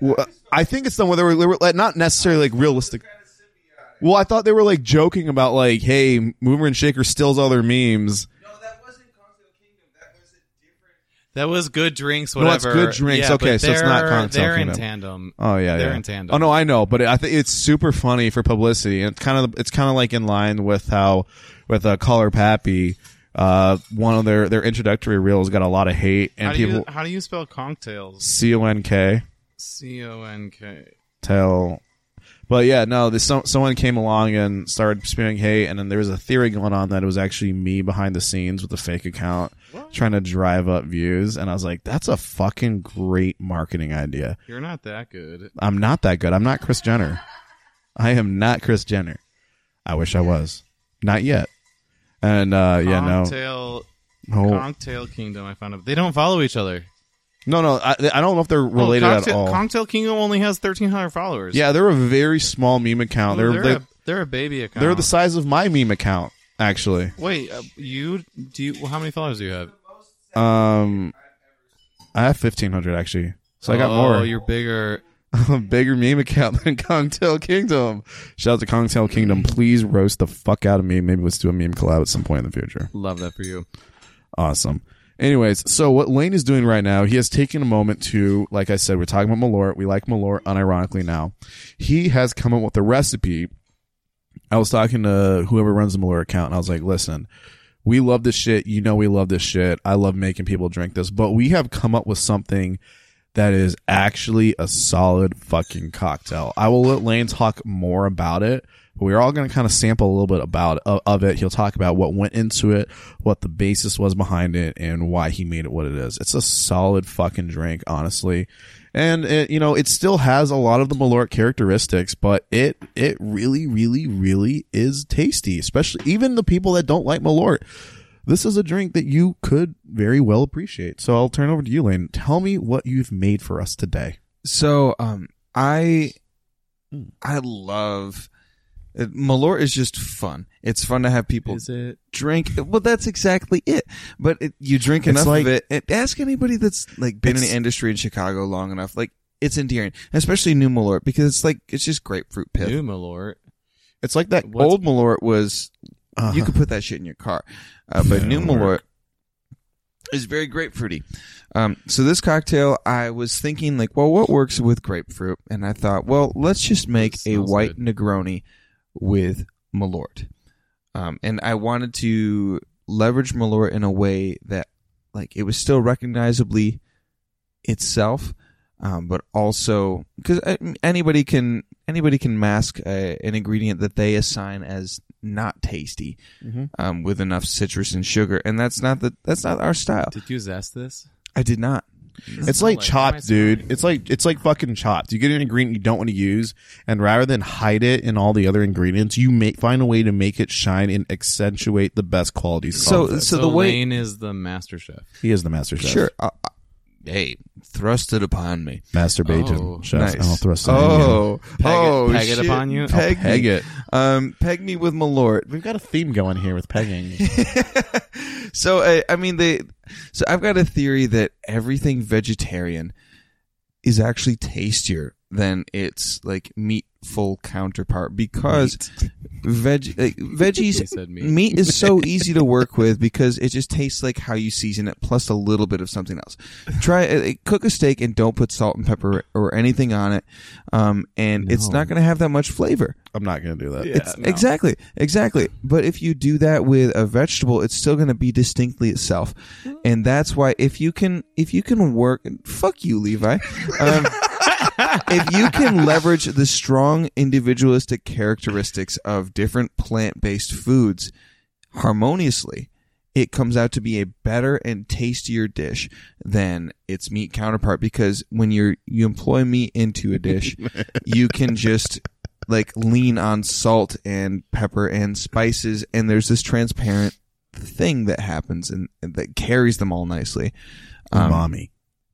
Speaker 3: W- i think it's the one they were, they were like, not necessarily like realistic well i thought they were like joking about like hey mover and shaker steals all their memes
Speaker 4: That was good drinks,
Speaker 3: No, that's
Speaker 4: whatever.
Speaker 3: good drinks.
Speaker 4: Yeah, but
Speaker 3: Okay, so it's not
Speaker 4: they're-
Speaker 3: cocktail
Speaker 4: They're in
Speaker 3: kingdom.
Speaker 4: tandem.
Speaker 3: Oh yeah,
Speaker 4: They're
Speaker 3: yeah.
Speaker 4: in tandem.
Speaker 3: Oh no, I know, but I think it's super funny for publicity, and it's kind of it's kind of like in line with how with uh, Caller Pappy, uh, one of their their introductory reels got a lot of hate, and
Speaker 4: How do, you,
Speaker 3: people
Speaker 4: how do you spell cocktails?
Speaker 3: C O N K
Speaker 4: C O N K.
Speaker 3: tell. But yeah, no, this, so, someone came along and started spewing hate, and then there was a theory going on that it was actually me behind the scenes with a fake account trying to drive up views, and I was like, that's a fucking great marketing idea.
Speaker 4: You're not that good.
Speaker 3: I'm not that good. I'm not Chris Jenner. I am not Chris Jenner. I wish I was. Not yet. And uh yeah, no. Oh.
Speaker 4: Cocktail,
Speaker 3: No,
Speaker 4: Cocktail Kingdom. I found out they don't follow each other.
Speaker 3: no, no I, I don't know if they're related
Speaker 4: oh,
Speaker 3: at
Speaker 4: Cocktail-
Speaker 3: all.
Speaker 4: Cocktail Kingdom only has 1,300 followers.
Speaker 3: yeah, they're a very small meme account.
Speaker 4: Oh,
Speaker 3: they're
Speaker 4: they're
Speaker 3: they,
Speaker 4: a, they're a baby account.
Speaker 3: they're the size of my meme account actually.
Speaker 4: Wait, uh, you do you? Well, how many followers do you have?
Speaker 3: Um I have 1500 actually. So I got
Speaker 4: oh,
Speaker 3: more.
Speaker 4: You're bigger.
Speaker 3: *laughs* a bigger meme account than Cocktail Kingdom. Shout out to Cocktail Kingdom. Please roast the fuck out of me. Maybe let's do a meme collab at some point in the future.
Speaker 4: Love that for you.
Speaker 3: Awesome. Anyways, so what Lane is doing right now, he has taken a moment to, like I said, we're talking about Malort. We like Malort unironically now. He has come up with a recipe. I was talking to whoever runs the Malort account, and I was like, listen, we love this shit. You know, we love this shit. I love making people drink this, but we have come up with something that is actually a solid fucking cocktail. I will let Lane talk more about it. But we're all going to kind of sample a little bit about of, of it. He'll talk about what went into it, what the basis was behind it, and why he made it what it is. It's a solid fucking drink, honestly. And it, you know, it still has a lot of the Malort characteristics, but it it really, really, really is tasty. Especially even the people that don't like Malort, this is a drink that you could very well appreciate. So I'll turn over to you, Lane. Tell me what you've made for us today.
Speaker 2: So, um, I, I love it, Malort is just fun. It's fun to have people
Speaker 4: Is it?
Speaker 2: drink. Well, that's exactly it. But it, you drink
Speaker 3: It's
Speaker 2: enough
Speaker 3: like-
Speaker 2: of it. And ask anybody that's like been in the
Speaker 3: It's-
Speaker 2: industry in Chicago long enough. Like it's endearing, especially new Malort because it's like it's just grapefruit pith.
Speaker 4: New Malort.
Speaker 3: It's like that.
Speaker 4: What's-
Speaker 2: Old Malort was
Speaker 3: Uh,
Speaker 2: you could put that shit in your car, uh, but
Speaker 3: Yeah,
Speaker 2: new
Speaker 3: it'll
Speaker 2: Malort is very grapefruity. Um, so this cocktail, I was thinking like, well, what works with grapefruit? And I thought, well, let's just make a
Speaker 4: smells
Speaker 2: white Negroni with Malort. Um, and I wanted to leverage Malort in a way that, like, it was still recognizably itself, um, but also because anybody can anybody can mask a, an ingredient that they assign as not tasty
Speaker 4: Mm-hmm.
Speaker 3: Mhm.
Speaker 2: um, with enough citrus and sugar, and that's not the that's not our style.
Speaker 4: Did you zest this?
Speaker 2: I did not.
Speaker 3: It's like
Speaker 4: chop,
Speaker 3: chopped, dude. It's like it's like fucking chopped. You get an ingredient you don't want to use, and rather than hide it in all the other ingredients, you make find a way to make it shine and accentuate the best qualities.
Speaker 2: So-
Speaker 3: of it.
Speaker 4: So,
Speaker 2: the way-
Speaker 4: Lane is the master chef.
Speaker 3: he is the master chef.
Speaker 2: Sure. Uh, uh, hey, thrust it upon me.
Speaker 3: masturbation
Speaker 4: Oh,
Speaker 3: chef.
Speaker 2: nice.
Speaker 3: I'll thrust it in you.
Speaker 2: oh,
Speaker 4: Peg it-
Speaker 2: oh,
Speaker 4: peg it
Speaker 2: shit.
Speaker 4: upon you? I'll
Speaker 2: Peg,
Speaker 3: peg
Speaker 2: me.
Speaker 3: it.
Speaker 2: Um, peg me with Malort.
Speaker 3: We've got a theme going here with pegging.
Speaker 2: *laughs* so I, I mean they so i've got a theory that everything vegetarian is actually tastier than its like meat full counterpart because veg like, veggies
Speaker 3: *laughs*
Speaker 4: He said *laughs* meat.
Speaker 2: meat is
Speaker 4: *laughs*
Speaker 2: so easy to work with because it just tastes like how you season it plus a little bit of something else try uh, cook a steak and don't put salt and pepper or anything on it um, and it's
Speaker 4: No.
Speaker 2: not going to have that much flavor
Speaker 3: I'm not gonna do that.
Speaker 4: Yeah,
Speaker 2: it's,
Speaker 4: no.
Speaker 2: exactly exactly but if you do that with a vegetable it's still going to be distinctly itself and that's why if you can if you can work fuck you levi
Speaker 4: *laughs*
Speaker 2: um, if you can leverage the strong individualistic characteristics of different plant-based foods harmoniously it comes out to be a better and tastier dish than its meat counterpart because when you're you employ meat into a *laughs* dish you can just like lean on salt and pepper and spices and there's this transparent thing that happens and, and that carries them all nicely Um,
Speaker 3: Mommy.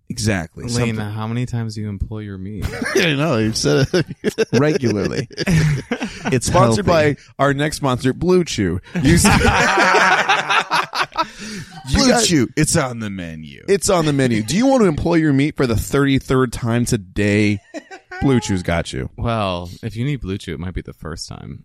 Speaker 2: exactly
Speaker 4: Lane,
Speaker 2: Something-
Speaker 4: how many times do you employ your meat?
Speaker 3: Yeah, no, you said it.
Speaker 2: *laughs* regularly it's
Speaker 3: Sponsored
Speaker 2: healthy.
Speaker 3: by our next sponsor, Blue Chew. Use- *laughs* You
Speaker 2: Blue
Speaker 3: guys-
Speaker 2: Chew. It's on the menu.
Speaker 3: It's on the menu. Do you want to employ your meat for the 33rd time today? Blue Chew's got you.
Speaker 4: well, if you need Blue Chew, it might be the first time.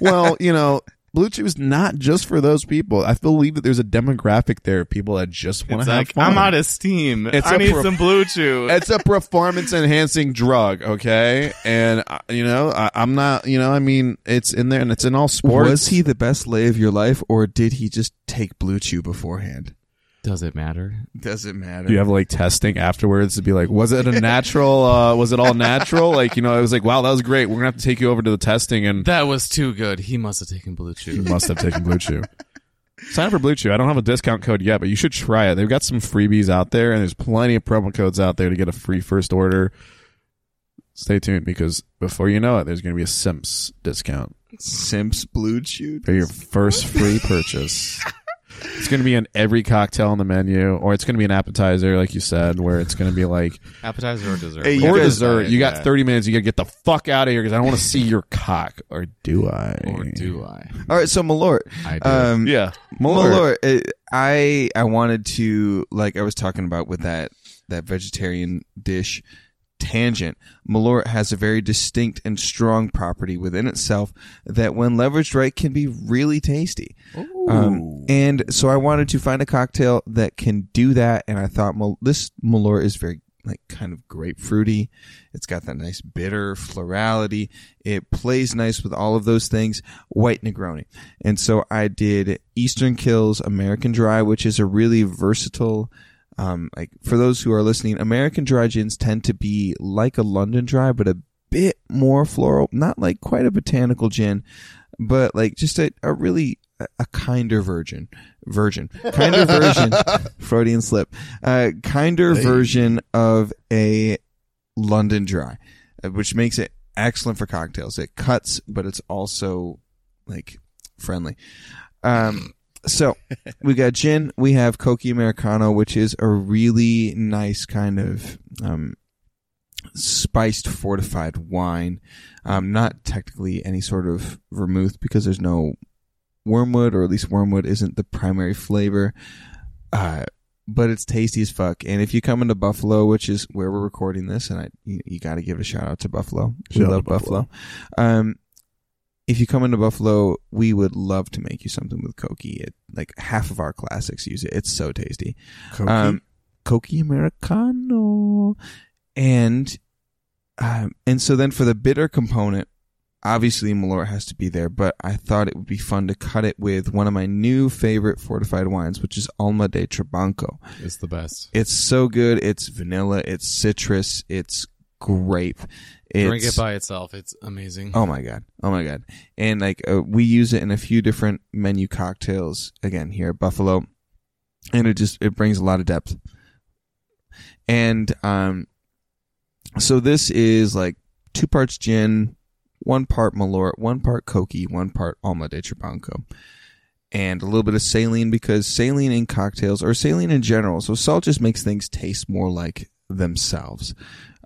Speaker 3: Well, you know, Blue Chew is not just for those people. I believe that there's a demographic there of people that just want
Speaker 4: It's
Speaker 3: to have
Speaker 4: like
Speaker 3: fun.
Speaker 4: I'm out of steam.
Speaker 3: It's
Speaker 4: I
Speaker 3: a
Speaker 4: need
Speaker 3: pro-
Speaker 4: some Blue Chew.
Speaker 3: it's a performance enhancing drug, okay? And uh, you know, I, I'm not. You know, I mean, it's in there and it's in all sports.
Speaker 2: Was he the best lay of your life, or did he just take Blue Chew beforehand?
Speaker 4: Does it matter?
Speaker 2: Doesn't matter.
Speaker 3: Do you have like testing afterwards to be like, was it a natural? Uh, was it all *laughs* natural? Like, you know, I was like, wow, that was great. We're gonna have to take you over to the testing and
Speaker 4: That was too good. He must have taken Blue
Speaker 3: You
Speaker 2: *laughs*
Speaker 4: Chew.
Speaker 3: must have taken Blue Chew. Sign up for Blue Chew. I don't have a discount code yet, but you should try it. They've got some freebies out there, and there's plenty of promo codes out there to get a free first order. Stay tuned because before you know it, there's going to be a Simps discount
Speaker 2: Simps Blue Chew?
Speaker 3: for your first free purchase. It's going to be in every cocktail on the menu, or it's going to be an appetizer, like you said, where it's going to be like
Speaker 4: Appetizer or dessert?
Speaker 2: Hey, *laughs*
Speaker 4: We
Speaker 2: you
Speaker 4: can
Speaker 3: or
Speaker 2: guys- uh,
Speaker 3: dessert. You got
Speaker 4: Yeah.
Speaker 3: 30 minutes. You got to get the fuck out of here because I don't want to see your cock, or do I?
Speaker 4: Or do I?
Speaker 2: All right, so Malort.
Speaker 4: I do.
Speaker 2: Um,
Speaker 3: Yeah,
Speaker 2: Malort. uh, I I wanted to like I was talking about with that that vegetarian dish tangent. Malort has a very distinct and strong property within itself that, when leveraged right, can be really tasty. Um, and so I wanted to find a cocktail that can do that, and I thought Mal- this Malort is very like kind of grapefruity. It's got that nice bitter florality. It plays nice with all of those things. White Negroni, and so I did Eastern Kills American Dry, which is a really versatile. Um, like for those who are listening, American dry gins tend to be like a London dry, but a bit more floral. Not like quite a botanical gin, but like just a, a really a- a kinder virgin, virgin, kinder version, Freudian slip, uh, kinder version of a London dry, uh, which makes it excellent for cocktails. It cuts, but it's also like friendly. Um, so we got gin. We have Coke Americano, which is a really nice kind of um, spiced fortified wine. Um, not technically any sort of vermouth because there's no wormwood, or at least wormwood isn't the primary flavor. Uh, but it's tasty as fuck. And if you come into Buffalo, which is where we're recording this, and I, you, you got to give it a shout out to Buffalo.
Speaker 3: Shout
Speaker 2: we
Speaker 3: out
Speaker 2: love
Speaker 3: to Buffalo.
Speaker 2: Buffalo. Um, if you come into Buffalo, we would love to make you something with Koki. It, like half of our classics use it. It's so tasty. Um, Koki Americano. And, um, and so then for the bitter component, obviously Malort has to be there, but I thought it would be fun to cut it with one of my new favorite fortified wines, which is Alma de Trabanco.
Speaker 4: It's the best.
Speaker 2: It's so good. It's vanilla. It's citrus. It's grape. It's,
Speaker 4: Drink it by itself. It's amazing.
Speaker 2: Oh my god! Oh my god! And like uh, we use it in a few different menu cocktails again here at Buffalo, and it just it brings a lot of depth. And um, so this is like two parts gin, one part Malort, one part Coqui, one part Alma de Trabanco, and a little bit of saline because saline in cocktails or saline in general. So salt just makes things taste more like themselves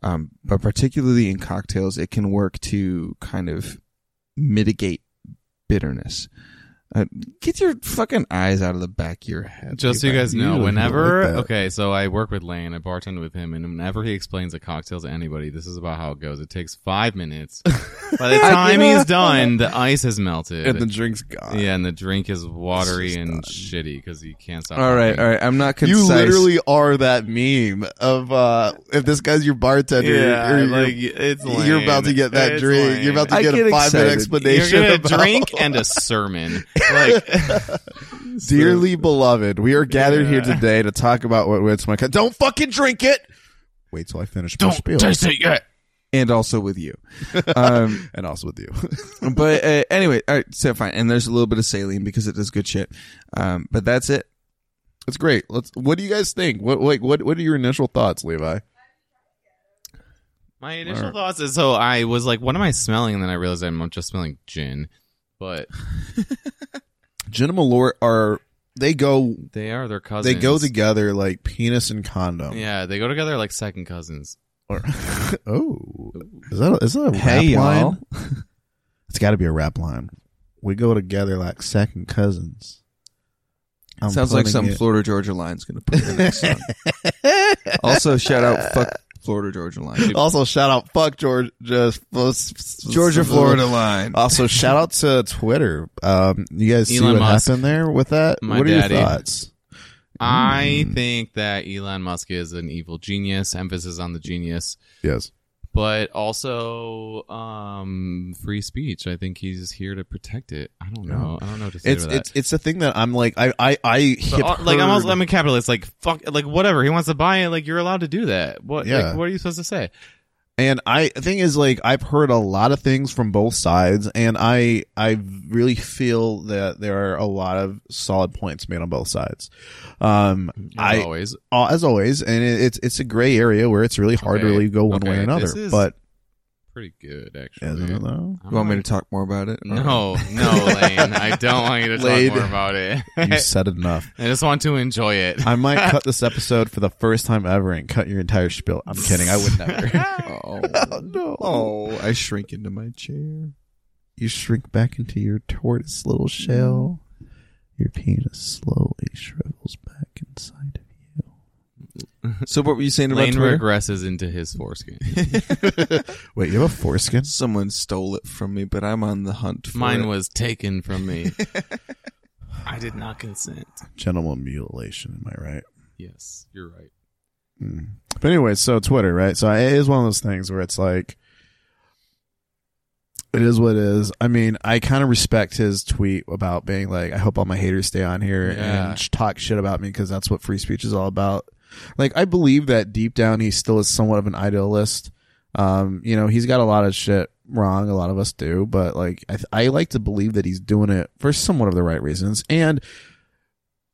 Speaker 2: um, but particularly in cocktails, it can work to kind of mitigate bitterness. Uh, get your fucking eyes out of the back of your head.
Speaker 4: Just so you
Speaker 2: dude.
Speaker 4: guys know,
Speaker 2: look
Speaker 4: whenever
Speaker 2: like that.
Speaker 4: okay, so I work with Lane, I bartend with him, and whenever he explains a cocktail to anybody, this is about how it goes. It takes
Speaker 2: *laughs*
Speaker 4: five minutes. By the time he's done, the ice has melted.
Speaker 2: and the drink's gone.
Speaker 4: yeah, and the drink is watery
Speaker 2: It's just
Speaker 4: and
Speaker 2: done.
Speaker 4: shitty because he can't stop.
Speaker 2: All right,
Speaker 4: talking.
Speaker 2: all right. I'm not concise.
Speaker 3: You literally are that meme of uh if this guy's your bartender,
Speaker 4: Yeah,
Speaker 3: you're,
Speaker 4: like it's. Lame.
Speaker 3: you're about to get that
Speaker 4: It's
Speaker 3: drink.
Speaker 4: lame.
Speaker 3: You're about to
Speaker 2: I
Speaker 3: get a
Speaker 2: get
Speaker 3: five minute
Speaker 2: excited.
Speaker 4: You're
Speaker 3: explanation.
Speaker 4: gonna
Speaker 3: about-
Speaker 4: drink and
Speaker 3: *laughs*
Speaker 4: a sermon. Like,
Speaker 3: Dearly beloved, we are gathered here
Speaker 4: Yeah.
Speaker 3: today to talk about what what's my don't fucking drink it. Wait till I finish my
Speaker 4: don't
Speaker 3: spiel,
Speaker 4: taste it yet.
Speaker 2: and also with
Speaker 3: *laughs*
Speaker 2: you. Um,
Speaker 3: and also with you. *laughs*
Speaker 2: but uh, anyway, all right, so fine. And there's a little bit of saline because it does good shit. Um, but that's it.
Speaker 3: That's great. Let's. What do you guys think? What like what what are your initial thoughts, Levi?
Speaker 4: My initial
Speaker 3: Alright.
Speaker 4: thoughts is so I was like, what am I smelling? And then I realized I'm just smelling gin. But
Speaker 3: Gin and Malort are they go
Speaker 4: they are their cousins.
Speaker 3: they go together like penis and condom.
Speaker 4: Yeah, they go together like second cousins.
Speaker 3: Or, *laughs* oh, is that a, is that a
Speaker 2: Hey,
Speaker 3: rap line? *laughs*
Speaker 2: y'all.
Speaker 3: It's got to be a rap line. We go together like second cousins. I'm
Speaker 2: Sounds like
Speaker 3: putting
Speaker 2: some
Speaker 3: it-
Speaker 2: Florida Georgia line's going to put in the *laughs* next
Speaker 3: *laughs*
Speaker 2: song. also, shout out fuck Florida Georgia line.
Speaker 3: also, shout out fuck Georgia, just-
Speaker 2: Georgia Florida line.
Speaker 3: Also, shout out to Twitter. Um, you guys see
Speaker 4: Elon
Speaker 3: what
Speaker 4: Musk.
Speaker 3: happened there with that?
Speaker 4: My
Speaker 3: what are
Speaker 4: daddy.
Speaker 3: your thoughts?
Speaker 4: I
Speaker 3: Hmm.
Speaker 4: think that Elon Musk is an evil genius. Emphasis on the genius,
Speaker 3: Yes.
Speaker 4: but also um, free speech. I think he's here to protect it. I don't know. I don't know what to say
Speaker 3: It's
Speaker 4: to that.
Speaker 3: it's it's the thing that I'm like I I I
Speaker 4: But, uh, like I'm also I'm a capitalist. Like fuck. Like whatever he wants to buy it. Like you're allowed to do that. What?
Speaker 3: Yeah.
Speaker 4: Like, what are you supposed to say?
Speaker 3: And I the thing is like I've heard a lot of things from both sides and I I really feel that there are a lot of solid points made on both sides. Um
Speaker 4: As
Speaker 3: I
Speaker 4: always.
Speaker 3: uh, as always and it, it's it's a gray area where it's really hard to
Speaker 4: Okay.
Speaker 3: really go one way
Speaker 4: Okay.
Speaker 3: or another.
Speaker 4: This is-
Speaker 3: but
Speaker 4: Pretty good actually.
Speaker 3: isn't it though?
Speaker 4: I
Speaker 2: You want me to
Speaker 4: don't-
Speaker 2: talk more about it?
Speaker 4: No, no, Lane. I don't want you to talk
Speaker 3: Lane.
Speaker 4: more about it.
Speaker 3: *laughs* You said enough.
Speaker 4: *laughs* I just want to enjoy it.
Speaker 3: I might cut this episode for the first time ever and cut your entire spiel. I'm kidding. I would never. *laughs*
Speaker 2: Oh,
Speaker 3: no.
Speaker 2: oh, I shrink into my chair.
Speaker 3: You shrink back into your tortoise little shell. Your penis slowly shrivels back inside of you.
Speaker 2: So what were you saying about
Speaker 4: Lane
Speaker 2: Twitter?
Speaker 4: regresses into his foreskin.
Speaker 3: Wait, you have a foreskin?
Speaker 2: Someone stole it from me, but I'm on the hunt for
Speaker 4: Mine
Speaker 2: it.
Speaker 4: was taken
Speaker 3: *laughs*
Speaker 4: from me. I did not consent.
Speaker 3: Genital mutilation, am I right?
Speaker 4: Yes, you're right.
Speaker 3: Mm. But anyway, so Twitter, right? So it is one of those things where it's like, it is what it is. I mean, I kind of respect his tweet about being like, I hope all my haters stay on here
Speaker 4: Yeah.
Speaker 3: and sh- talk shit about me because that's what free speech is all about. Like, I believe that deep down he still is somewhat of an idealist. Um, you know, he's got a lot of shit wrong. A lot of us do, but like, I, th- I like to believe that he's doing it for somewhat of the right reasons. And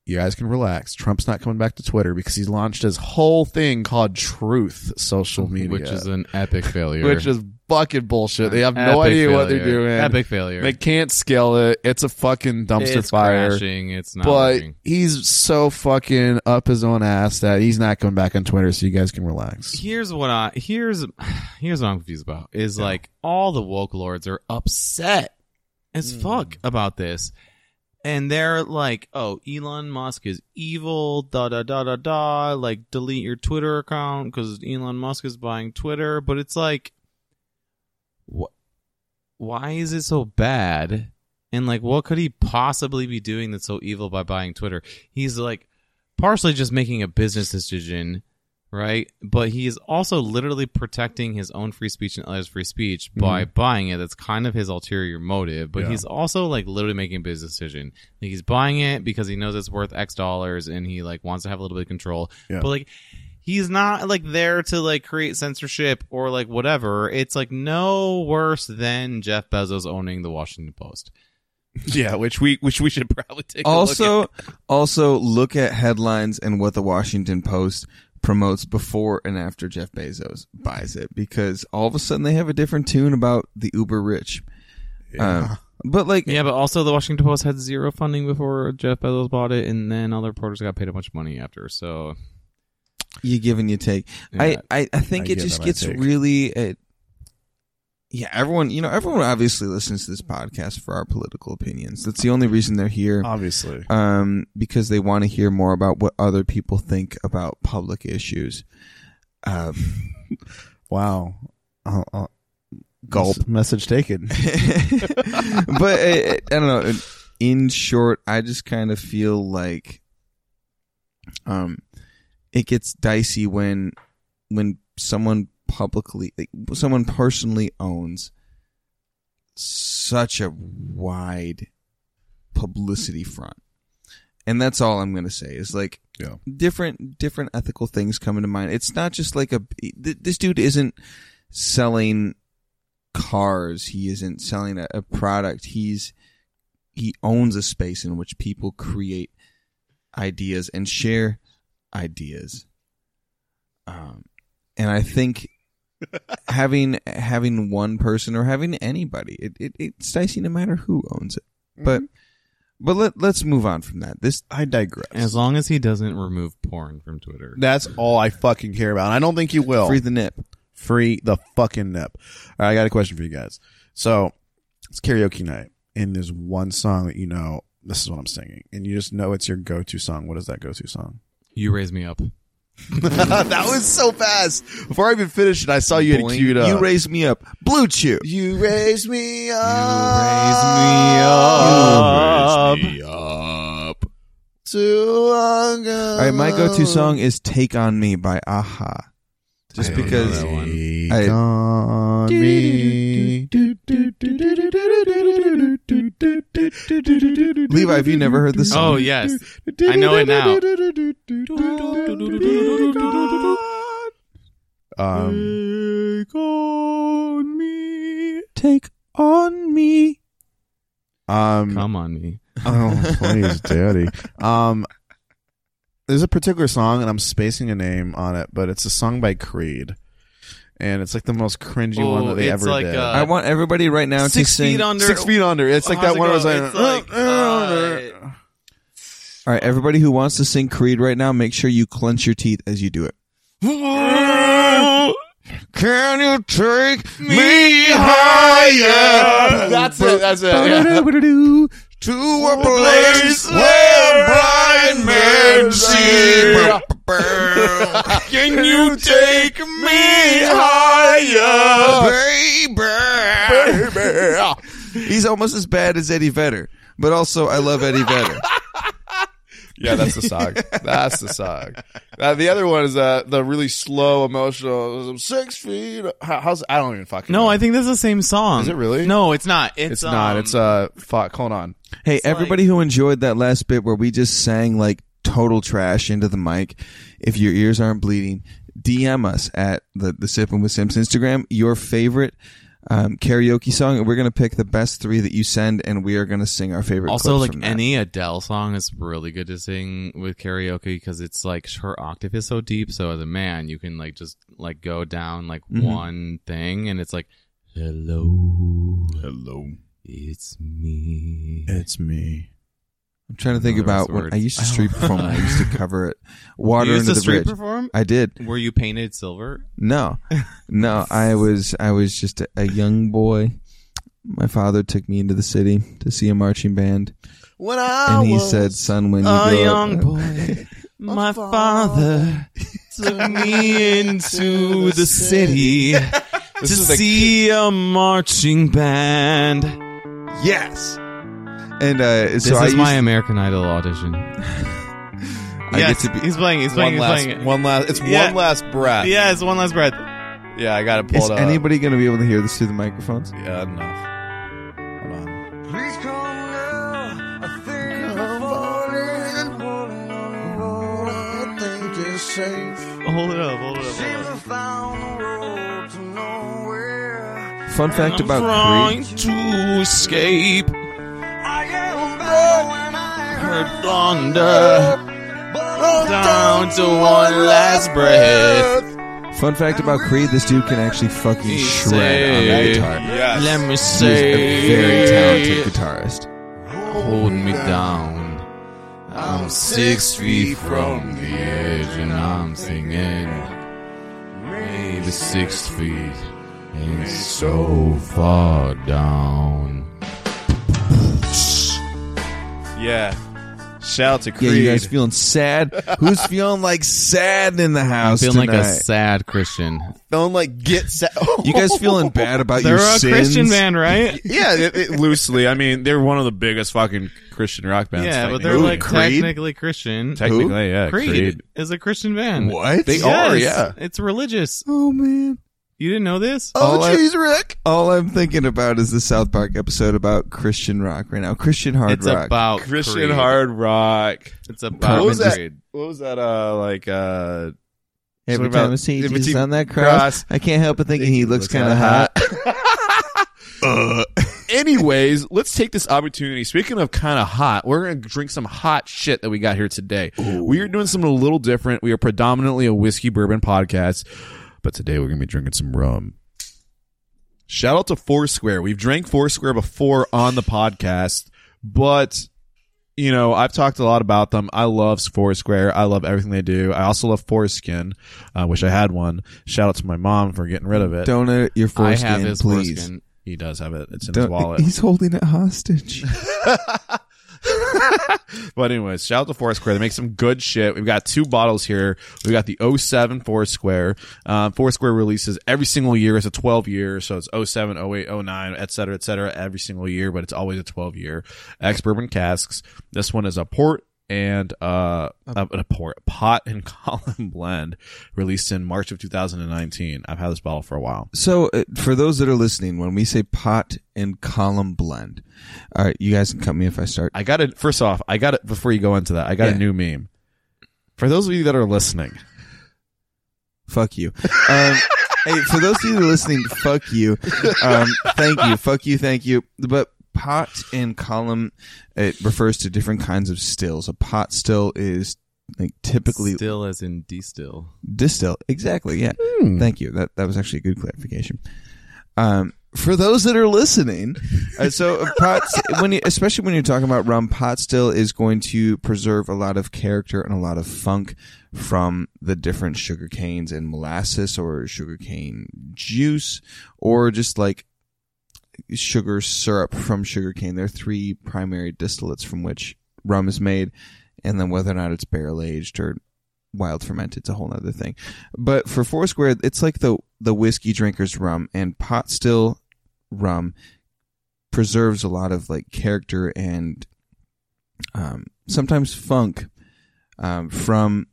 Speaker 3: you guys can relax. Trump's not coming back to Twitter because he's launched his whole thing called Truth Social Media,
Speaker 4: Which is an epic
Speaker 3: *laughs*
Speaker 4: failure.
Speaker 3: which is fucking bullshit. They have
Speaker 4: An
Speaker 3: no
Speaker 4: epic
Speaker 3: idea what they're
Speaker 4: failure.
Speaker 3: doing.
Speaker 4: Epic failure.
Speaker 3: They can't scale it. It's a fucking dumpster
Speaker 4: it's
Speaker 3: fire.
Speaker 4: crashing. It's not
Speaker 3: But
Speaker 4: working.
Speaker 3: he's so fucking up his own ass that he's not coming back on Twitter. So you guys can relax.
Speaker 4: Here's what I here's *sighs* here's what I'm confused about is like all the woke lords are upset
Speaker 3: Hmm.
Speaker 4: as fuck about this. And they're like, oh, Elon Musk is evil, da da da da da. Like, delete your Twitter account because Elon Musk is buying Twitter. But it's like, wh- why is it so bad? And like, what could he possibly be doing that's so evil by buying Twitter? He's like, partially just making a business decision, right? But he is also literally protecting his own free speech and others' free speech by buying it. That's kind of his ulterior motive. But
Speaker 3: Mm-hmm. Yeah.
Speaker 4: he's also like literally making a business decision. Like he's buying it because he knows it's worth X dollars and he like wants to have a little bit of control.
Speaker 3: Yeah.
Speaker 4: But like he's not like there to like create censorship or like whatever. It's like no worse than Jeff Bezos owning the Washington Post.
Speaker 3: *laughs* Yeah, which we which we should probably take.
Speaker 2: also also look at headlines and what the Washington Post promotes before and after Jeff Bezos buys it because all of a sudden they have a different tune about the uber rich. Um, but like
Speaker 4: Yeah, but also the Washington Post had zero funding before Jeff Bezos bought it, and then all the reporters got paid a bunch of money after. So
Speaker 2: you give and you take. I,
Speaker 4: Yeah.
Speaker 2: I, I think
Speaker 3: I
Speaker 2: it
Speaker 3: give
Speaker 2: just
Speaker 3: and I
Speaker 2: gets
Speaker 3: take.
Speaker 2: really it, yeah, everyone, you know, everyone obviously listens to this podcast for our political opinions. That's the only reason they're here.
Speaker 3: Obviously.
Speaker 2: um, because they want to hear more about what other people think about public issues. Um,
Speaker 3: Wow. Uh, uh,
Speaker 2: Gulp.
Speaker 3: mes- Message
Speaker 2: *laughs*
Speaker 3: taken.
Speaker 2: but eh, I, I don't know. In short, I just kind of feel like, um, it gets dicey when when someone publicly, like, someone personally owns such a wide publicity front, and that's all I'm going to say is like,
Speaker 3: Yeah.
Speaker 2: different different ethical things come into mind. It's not just like a th- this dude isn't selling cars. He isn't selling a, a product. He's he owns a space in which people create ideas and share ideas. Um, and I
Speaker 4: *laughs*
Speaker 2: think having having one person or having anybody, it, it it's dicey no matter who owns it.
Speaker 4: Mm-hmm.
Speaker 2: But but let let's move on from that. This
Speaker 3: I digress.
Speaker 4: As long as he doesn't remove porn from Twitter.
Speaker 3: That's all I fucking care about. And I don't think you
Speaker 4: Oh.
Speaker 3: will.
Speaker 2: free the nip.
Speaker 3: Free the fucking nip. All right, I got a question for you guys. So it's karaoke night, and there's one song that you know. This is what I'm singing, and you just know it's your go-to song. What is that go-to song?
Speaker 4: You raise me up.
Speaker 3: *laughs* that was so fast. Before I even finished it, I saw you had it
Speaker 2: Boing.
Speaker 3: queued up.
Speaker 2: You raised me up. Blue Chew.
Speaker 3: You raise me up.
Speaker 4: up. You raise me up.
Speaker 3: Too long
Speaker 2: All right, my
Speaker 4: Oh.
Speaker 2: go-to song is "Take on Me" by Aha. Just
Speaker 4: I don't know
Speaker 2: because
Speaker 4: that one.
Speaker 2: I-
Speaker 3: Take on me. Levi,
Speaker 2: Levi, have you never heard this song?
Speaker 4: Oh, yes. I know it now.
Speaker 3: Um,
Speaker 4: Take on me.
Speaker 2: Take on me.
Speaker 3: um,
Speaker 4: Come on me. *laughs*
Speaker 3: Oh, please, daddy. Um, there's a particular song, and I'm spacing a name on it, but it's a song by Creed, and it's like the most cringy one
Speaker 4: Oh,
Speaker 3: that they
Speaker 4: it's
Speaker 3: ever
Speaker 4: like,
Speaker 3: did.
Speaker 4: uh,
Speaker 2: I want everybody right now to
Speaker 4: Six
Speaker 2: sing.
Speaker 4: feet under.
Speaker 3: Six feet under. It's like
Speaker 4: How's
Speaker 3: that
Speaker 4: it
Speaker 3: one.
Speaker 4: go?
Speaker 3: Was like,
Speaker 4: It's like,
Speaker 3: *laughs*
Speaker 4: uh,
Speaker 2: All right, everybody who wants to sing Creed right now, make sure you clench your teeth as you do it. *laughs* Can you take me higher?
Speaker 3: That's it. That's it. yeah.
Speaker 2: *laughs* to a place where blind men *laughs* see. Can you take *laughs* me higher, baby? He's almost as bad as Eddie Vedder, but also I love Eddie Vedder.
Speaker 3: Yeah, that's the song. That's the song. Uh, the other one is uh, the really slow, emotional. Six feet. How, how's I don't even fucking.
Speaker 4: No,
Speaker 3: know.
Speaker 4: I think that's the same song.
Speaker 3: Is it really?
Speaker 4: No, it's not. It's,
Speaker 3: it's not.
Speaker 4: um,
Speaker 3: It's uh, fuck. Hold on.
Speaker 2: Hey,
Speaker 4: It's
Speaker 2: everybody who enjoyed that last bit where we just sang like total trash into the mic, if your ears aren't bleeding, DM us at the the Sippin' with Sims Instagram your favorite um, karaoke song, and we're gonna pick the best three that you send, and we are gonna sing our favorite.
Speaker 4: also
Speaker 2: clips
Speaker 4: like
Speaker 2: from that.
Speaker 4: any Adele song is really good to sing with karaoke because it's like her octave is so deep. So as a man, you can like just like go down like
Speaker 2: Mhm.
Speaker 4: one thing, and it's like, "Hello, hello, it's me."
Speaker 3: It's me.
Speaker 2: I'm trying to think
Speaker 4: No, there was
Speaker 2: about when
Speaker 4: words.
Speaker 2: I used to
Speaker 4: I don't-
Speaker 2: street perform. when I used
Speaker 4: *laughs*
Speaker 2: to cover it. Water
Speaker 4: you used
Speaker 2: under
Speaker 4: to
Speaker 2: the
Speaker 4: street
Speaker 2: bridge.
Speaker 4: perform.
Speaker 2: I did.
Speaker 4: Were you painted silver?
Speaker 2: No, no.
Speaker 4: *laughs*
Speaker 2: I was I was just a, a young boy. My father took me into the city to see a marching band,
Speaker 3: When I
Speaker 2: and he
Speaker 3: was
Speaker 2: said, "Son, when you
Speaker 4: a
Speaker 2: grow *laughs*
Speaker 4: Ah, young
Speaker 2: up,
Speaker 4: boy. My
Speaker 3: My
Speaker 4: father
Speaker 2: *laughs*
Speaker 4: took me into the
Speaker 2: *laughs*
Speaker 4: city to
Speaker 3: This is the-
Speaker 4: see a marching band.
Speaker 2: yes." And uh,
Speaker 4: This
Speaker 2: so I
Speaker 4: is
Speaker 2: used,
Speaker 4: my American Idol audition.
Speaker 2: I get to be.
Speaker 4: he's playing. He's
Speaker 3: one
Speaker 4: playing. he's
Speaker 3: last,
Speaker 4: playing.
Speaker 3: one last. It's
Speaker 4: Yeah.
Speaker 3: one last breath.
Speaker 4: yeah, it's one last breath.
Speaker 3: Yeah, I got it pulled
Speaker 2: Is
Speaker 3: up.
Speaker 2: anybody going to be able to hear this through the microphones?
Speaker 3: Yeah, enough. Hold on.
Speaker 4: Hold it up. Hold it up. Hold it up.
Speaker 2: Fun fact
Speaker 4: I'm
Speaker 2: about Creed.
Speaker 4: trying to escape. Heard thunder down to one last breath.
Speaker 2: Fun fact about Creed: this dude can actually fucking
Speaker 4: He
Speaker 2: shred on
Speaker 4: say-
Speaker 2: the guitar.
Speaker 3: Yes.
Speaker 4: Let me
Speaker 2: He's a
Speaker 4: say,
Speaker 2: very talented guitarist.
Speaker 4: Hold me down. I'm six feet from the edge and I'm singing. Maybe six feet It's so far down.
Speaker 3: Yeah. Shout out to
Speaker 2: Yeah,
Speaker 3: Creed.
Speaker 2: you guys feeling sad? Who's feeling like sad in the
Speaker 4: I'm
Speaker 2: house
Speaker 4: feeling like a
Speaker 2: tonight?
Speaker 4: sad Christian.
Speaker 3: Feeling like get *laughs* set.
Speaker 2: you guys feeling bad about
Speaker 4: They're
Speaker 2: your
Speaker 4: a
Speaker 2: sins?
Speaker 4: Christian
Speaker 2: *laughs*
Speaker 4: band, right?
Speaker 3: yeah, it, it- loosely. I mean, they're one of the biggest fucking Christian rock bands.
Speaker 4: yeah, but
Speaker 3: technically.
Speaker 4: they're
Speaker 2: Who?
Speaker 4: like
Speaker 2: Creed?
Speaker 4: technically Christian.
Speaker 3: technically, yeah,
Speaker 4: Creed,
Speaker 3: Creed.
Speaker 4: is a Christian band.
Speaker 2: What?
Speaker 3: They are, yeah.
Speaker 4: It's religious.
Speaker 2: Oh man.
Speaker 4: You didn't know this?
Speaker 2: All
Speaker 3: Oh,
Speaker 2: I-
Speaker 3: jeez, Rick.
Speaker 2: All I'm thinking about is the South Park episode about Christian rock right now. Christian hard
Speaker 4: it's
Speaker 2: rock.
Speaker 4: about
Speaker 3: Christian
Speaker 4: Creed.
Speaker 3: hard rock.
Speaker 4: It's about
Speaker 2: What was
Speaker 3: that?
Speaker 4: Creed.
Speaker 3: What was that? Uh, like uh,
Speaker 2: Every
Speaker 3: It's about-
Speaker 2: time I see
Speaker 3: if it's
Speaker 2: Jesus
Speaker 3: you
Speaker 2: on that cross,
Speaker 3: cross,
Speaker 2: I can't help but thinking he looks, kind
Speaker 3: kinda
Speaker 2: of hot. *laughs*
Speaker 3: hot. Uh, Anyways, let's take this opportunity. Speaking of kind of hot, we're going to drink some hot shit that we got here today. We are doing something a little different. We are predominantly a whiskey bourbon podcast, but today we're going to be drinking some rum. Shout out to Foursquare. We've drank Foursquare before on the podcast, but you know, I've talked a lot about them. I love Foursquare. I love everything they do. I also love Foreskin. I wish I had one. Shout out to my mom for getting rid of it.
Speaker 2: Donut your
Speaker 4: I
Speaker 2: foreskin,
Speaker 4: have his
Speaker 2: please.
Speaker 4: foreskin.
Speaker 3: He does have it. It's in his
Speaker 2: Don't- *laughs*
Speaker 3: wallet. *laughs*
Speaker 2: He's holding it hostage. *laughs*
Speaker 3: but anyways, shout out to Foursquare. They make some good shit. We've got two bottles here. We've got the 07 Foursquare. Um, Foursquare releases every single year. It's a 12 year. So it's 07, 08, 09, et cetera, et cetera, every single year, but it's always a 12 year. Ex bourbon casks. This one is a port and uh, a, a port, pot and *laughs* column blend released in March of 2019. I've had this bottle for a while.
Speaker 2: So, uh, for those that are listening, when we say pot and column blend, all right, you guys can cut me if I start.
Speaker 3: I got it. First off, I got it before you go into that. I got
Speaker 2: Yeah.
Speaker 3: a new meme. For those of you that are listening,
Speaker 2: Fuck you. Um, hey, for those of you that are listening, fuck you. Um, thank you. Fuck you. Thank you. But pot and column, it refers to different kinds of stills. A pot still is like typically
Speaker 4: Still as in D still.
Speaker 2: distill. Exactly. Yeah. Thank you. That that was actually a good clarification. Um, for those that are listening, uh, so a pot, when you, especially when you're talking about rum, pot still is going to preserve a lot of character and a lot of funk from the different sugar canes and molasses or sugar cane juice or just like sugar syrup from sugar cane. There are three primary distillates from which rum is made, and then whether or not it's barrel aged or wild fermented, it's a whole other thing. But for Foursquare, it's like the the whiskey drinker's rum and pot still rum preserves a lot of like character and um, sometimes funk um, from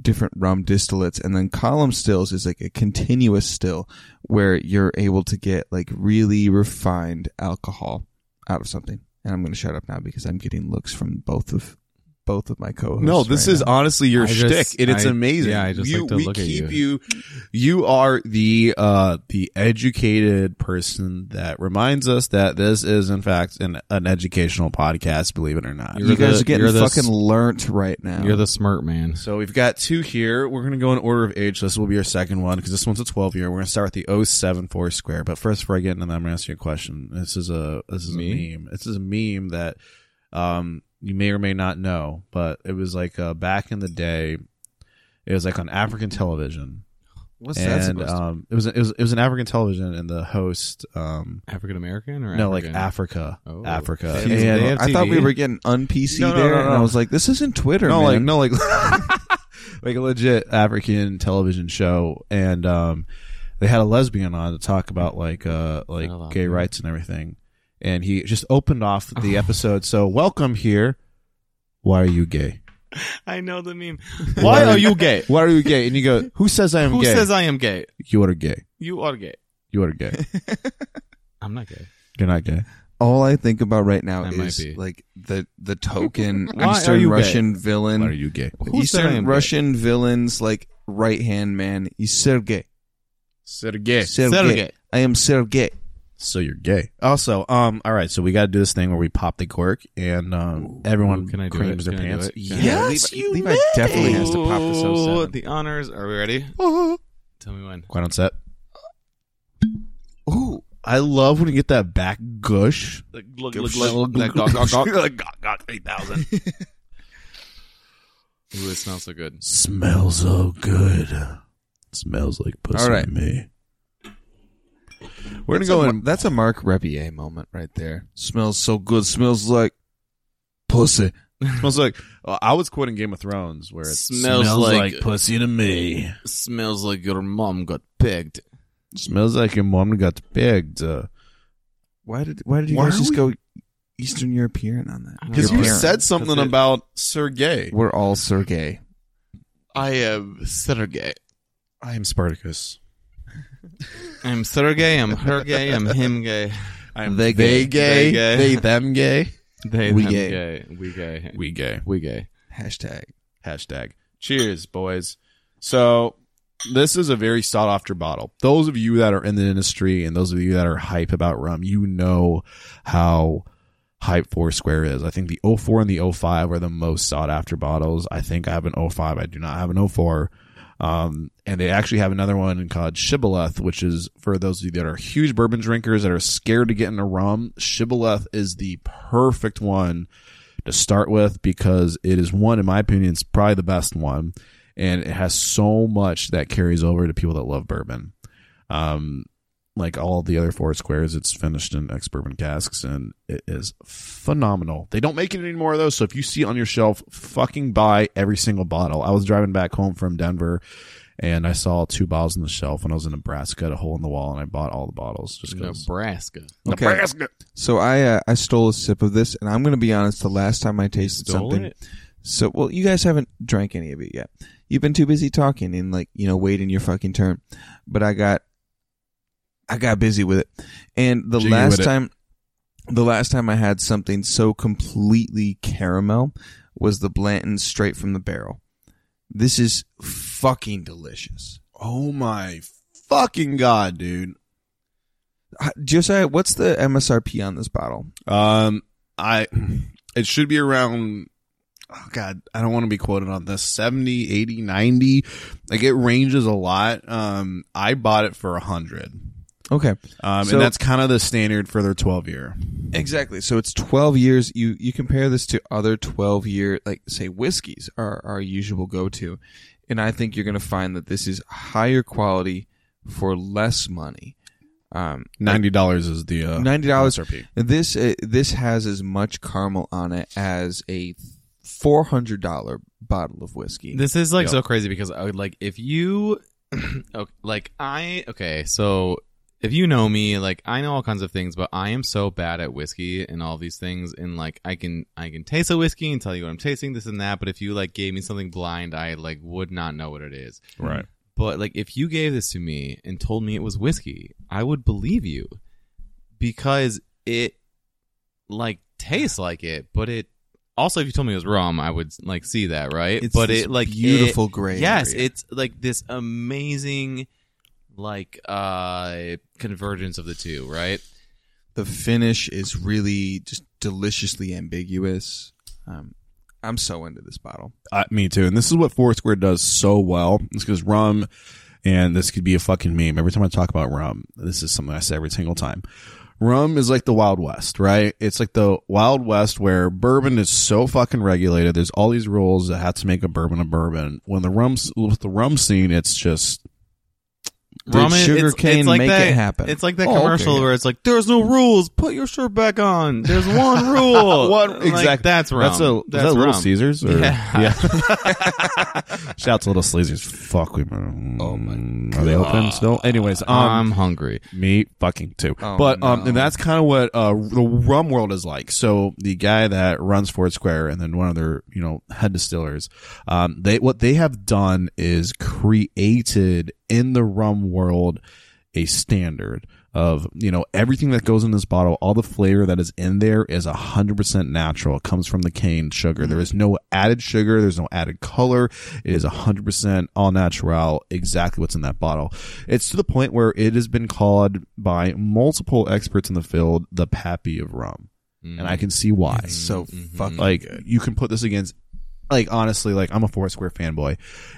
Speaker 2: different rum distillates and then column stills is like a continuous still where you're able to get like really refined alcohol out of something and i'm going to shut up now because i'm getting looks from both of both of my co-hosts
Speaker 3: No, this
Speaker 2: right
Speaker 3: is
Speaker 2: now.
Speaker 3: honestly your
Speaker 4: I just-
Speaker 3: shtick, and it's
Speaker 4: I-
Speaker 3: amazing.
Speaker 4: yeah, I just like to
Speaker 3: we
Speaker 4: look at
Speaker 3: keep you. You are the uh, the educated person that reminds us that this is in fact an, an educational podcast. Believe it or not.
Speaker 4: You're
Speaker 2: you guys
Speaker 4: the-
Speaker 2: are getting
Speaker 4: you're the s-
Speaker 2: fucking learnt right now
Speaker 4: You're the smirk man.
Speaker 3: So we've got two here. We're gonna go in order of age. This will be our second one because this one's a twelve year. We're gonna start with the 07 four square. But first, before I get into that, I'm gonna ask you a question. This is a this is
Speaker 4: Me?
Speaker 3: a meme. This is a meme that um you may or may not know, but it was like uh, back in the day. It was like on African television,
Speaker 2: what's
Speaker 3: and
Speaker 2: uh,
Speaker 3: um, it was it was it was an African television, and the host um
Speaker 4: African American or
Speaker 3: no like
Speaker 4: African?
Speaker 3: Africa,
Speaker 4: Oh.
Speaker 3: Africa,
Speaker 4: They
Speaker 2: Yeah,
Speaker 4: have-
Speaker 3: and
Speaker 4: they have
Speaker 2: I thought we
Speaker 4: TV?
Speaker 2: were getting un-PC
Speaker 3: No, no,
Speaker 2: there,
Speaker 3: no, no.
Speaker 2: and I was like, "This isn't Twitter,
Speaker 3: no,
Speaker 2: man."
Speaker 3: like no, like *laughs* like a legit African television show, and um, they had a lesbian on to talk about like uh like
Speaker 4: Not a lot,
Speaker 3: gay
Speaker 4: man.
Speaker 3: rights and everything, and he just opened off the episode. So welcome here. Why are you gay?
Speaker 4: I know
Speaker 2: *laughs*
Speaker 4: the meme.
Speaker 3: Why are you gay? *laughs* Why are you gay? And you go, who says I am
Speaker 4: Who
Speaker 3: gay?
Speaker 4: says I am gay?
Speaker 3: you are gay.
Speaker 4: You are gay.
Speaker 3: You are gay.
Speaker 4: I'm not gay.
Speaker 3: You're not gay.
Speaker 2: All I think about right now
Speaker 4: That
Speaker 2: is
Speaker 4: might be.
Speaker 2: like the the token
Speaker 4: Why are
Speaker 2: Eastern
Speaker 4: you gay?
Speaker 2: Russian villain,
Speaker 3: Why are you gay?
Speaker 4: Who said I am
Speaker 2: Eastern
Speaker 4: gay?
Speaker 2: Russian villains like right hand man. He's Sergey.
Speaker 3: Sergey.
Speaker 2: Sergey.
Speaker 4: Sergey.
Speaker 2: I am Sergey.
Speaker 3: So you're gay. Also, um, all right. So we got to do this thing where we pop the cork, and um, everyone
Speaker 4: Can I do
Speaker 3: creams
Speaker 4: it?
Speaker 3: their
Speaker 4: Can I do
Speaker 3: pants.
Speaker 4: it? Can I
Speaker 2: Yeah, Levi, Levi definitely has to pop this 07.
Speaker 4: Ooh, the honors. Are we ready? *laughs* Tell me when.
Speaker 3: Quite on set.
Speaker 2: Ooh,
Speaker 3: I love when you get that back gush. *laughs*
Speaker 4: Look,
Speaker 2: look,
Speaker 4: Ooh, it smells so good.
Speaker 3: Smells so good. Smells like pussy
Speaker 2: All right.
Speaker 3: to me.
Speaker 2: We're
Speaker 3: That's
Speaker 2: gonna go
Speaker 3: a
Speaker 2: in. That's a Mark Rebier moment right there. Smells so good. Smells like pussy.
Speaker 3: smells like well, I was quoting Game of Thrones where it's
Speaker 4: Smells like-
Speaker 3: pussy to me.
Speaker 4: Smells like your mom got pegged.
Speaker 3: Smells like your mom got pegged. uh,
Speaker 2: Why did Why did you
Speaker 3: Why
Speaker 2: guys
Speaker 3: are
Speaker 2: just
Speaker 3: we-
Speaker 2: go Eastern European on that?
Speaker 3: Because
Speaker 4: Your
Speaker 3: you
Speaker 4: parents.
Speaker 3: said something
Speaker 4: That's it.
Speaker 3: about Sergey.
Speaker 2: we're all Sergey.
Speaker 4: I am Sergey.
Speaker 3: I am Spartacus.
Speaker 4: I'm Sergey. I'm her gay. I'm him gay. *laughs*
Speaker 3: I
Speaker 2: am They gay.
Speaker 4: gay, They gay. they
Speaker 3: them gay.
Speaker 4: They,
Speaker 2: We
Speaker 4: them
Speaker 2: gay.
Speaker 4: We gay.
Speaker 3: We gay.
Speaker 4: we gay.
Speaker 2: Hashtag.
Speaker 3: Hashtag. Cheers, boys. So this is a very sought after bottle. Those of you that are in the industry and those of you that are hype about rum, you know how hype four square is. I think the 04 and the 05 are the most sought after bottles. I think I have an 05. I do not have an 04. Um, and they actually have another one called Shibboleth, which is for those of you that are huge bourbon drinkers that are scared to get into rum. Shibboleth is the perfect one to start with because it is one, in my opinion, it's probably the best one, and it has so much that carries over to people that love bourbon. Um, like all the other four squares, it's finished in ex bourbon casks, and it is phenomenal. They don't make it anymore though, so if you see it on your shelf, fucking buy every single bottle. I was driving back home from Denver. And I saw two bottles on the shelf when I was in Nebraska, at a hole in the wall, and I bought all the bottles just because.
Speaker 4: Nebraska.
Speaker 2: Okay. So I uh, I stole a sip of this, and I'm gonna be honest. The last time I tasted
Speaker 4: Stole
Speaker 2: something,
Speaker 4: it?
Speaker 2: so well, you guys haven't drank any of it yet. You've been too busy talking and like you know waiting your fucking turn. But I got I got busy with it, and the
Speaker 3: Jiggy with
Speaker 2: last
Speaker 3: it.
Speaker 2: time the last time I had something so completely caramel was the Blanton straight from the barrel. This is fucking delicious.
Speaker 3: Oh my fucking god, dude!
Speaker 2: Uh, Josiah, what's the MSRP on this bottle?
Speaker 3: Um, I it should be around. Oh God, I don't want to be quoted on this 70, 80, 90. Like it ranges a lot. Um, I bought it for a hundred.
Speaker 2: Okay.
Speaker 3: Um,
Speaker 2: So-
Speaker 3: and that's kind of the standard for their 12 year.
Speaker 2: Exactly. So it's 12 years. You you compare this to other 12 year, like say whiskeys are our usual go to, and I think you're going to find that this is higher quality for less money. Um,
Speaker 3: $90 is the, uh,
Speaker 2: $90
Speaker 3: SRP.
Speaker 2: this uh, this has as much caramel on it as a four hundred dollar bottle of whiskey.
Speaker 4: This is like
Speaker 3: Yeah.
Speaker 4: so crazy because I would like if you, *clears throat* okay, like I okay so if you know me like I know all kinds of things but I am so bad at whiskey and all these things and like I can I can taste a whiskey and tell you what I'm tasting this and that but if you like gave me something blind I like would not know what it is
Speaker 3: Right.
Speaker 4: but like if you gave this to me and told me it was whiskey I would believe you because it like tastes like it but it also if you told me it was rum I would like see that right
Speaker 2: It's
Speaker 4: but
Speaker 2: this
Speaker 4: it like it-
Speaker 2: beautiful gray.
Speaker 4: Yes,
Speaker 2: area.
Speaker 4: it's like this amazing like uh convergence of the two, right?
Speaker 2: the finish is really just deliciously ambiguous. Um, I'm so into this bottle.
Speaker 3: Uh, me too. And this is what Foursquare does so well. It's because rum, and this could be a fucking meme. Every time I talk about rum, this is something I say every single time. Rum is like the Wild West, right? It's like the Wild West where bourbon is so fucking regulated. There's all these rules that have to make a bourbon a bourbon. When the rum with the rum scene, it's just
Speaker 2: Did sugarcane make
Speaker 4: that,
Speaker 2: it happen?
Speaker 4: It's like that
Speaker 2: Oh, okay.
Speaker 4: commercial where it's like, "There's no rules. Put your shirt back on.
Speaker 2: *laughs*
Speaker 4: There's one rule.
Speaker 3: One-
Speaker 4: Like,
Speaker 3: exact-
Speaker 4: That's rum.
Speaker 3: that's a that's
Speaker 4: that's
Speaker 3: Little
Speaker 4: rum.
Speaker 3: Caesars or
Speaker 4: Yeah.
Speaker 3: shout to Little Caesars. Fuck, we. Oh
Speaker 2: my
Speaker 3: Are they
Speaker 4: Uh,
Speaker 3: open still? Anyways, um,
Speaker 4: I'm hungry.
Speaker 3: Me fucking too.
Speaker 2: Oh,
Speaker 3: but um,
Speaker 2: no.
Speaker 3: and that's kind of what uh the rum world is like. So the guy that runs Ford Square and then one of their you know head distillers, um, they what they have done is created in the rum world a standard of you know everything that goes in this bottle all the flavor that is in there is 100% natural it comes from the cane sugar there is no added sugar there's no added color it is 100% all natural exactly what's in that bottle it's to the point where it has been called by multiple experts in the field the pappy of rum and
Speaker 4: mm,
Speaker 3: i can see why
Speaker 2: It's so
Speaker 4: Mhm.
Speaker 2: fucking
Speaker 3: like
Speaker 2: good.
Speaker 3: you can put this against like honestly like i'm a foursquare fanboy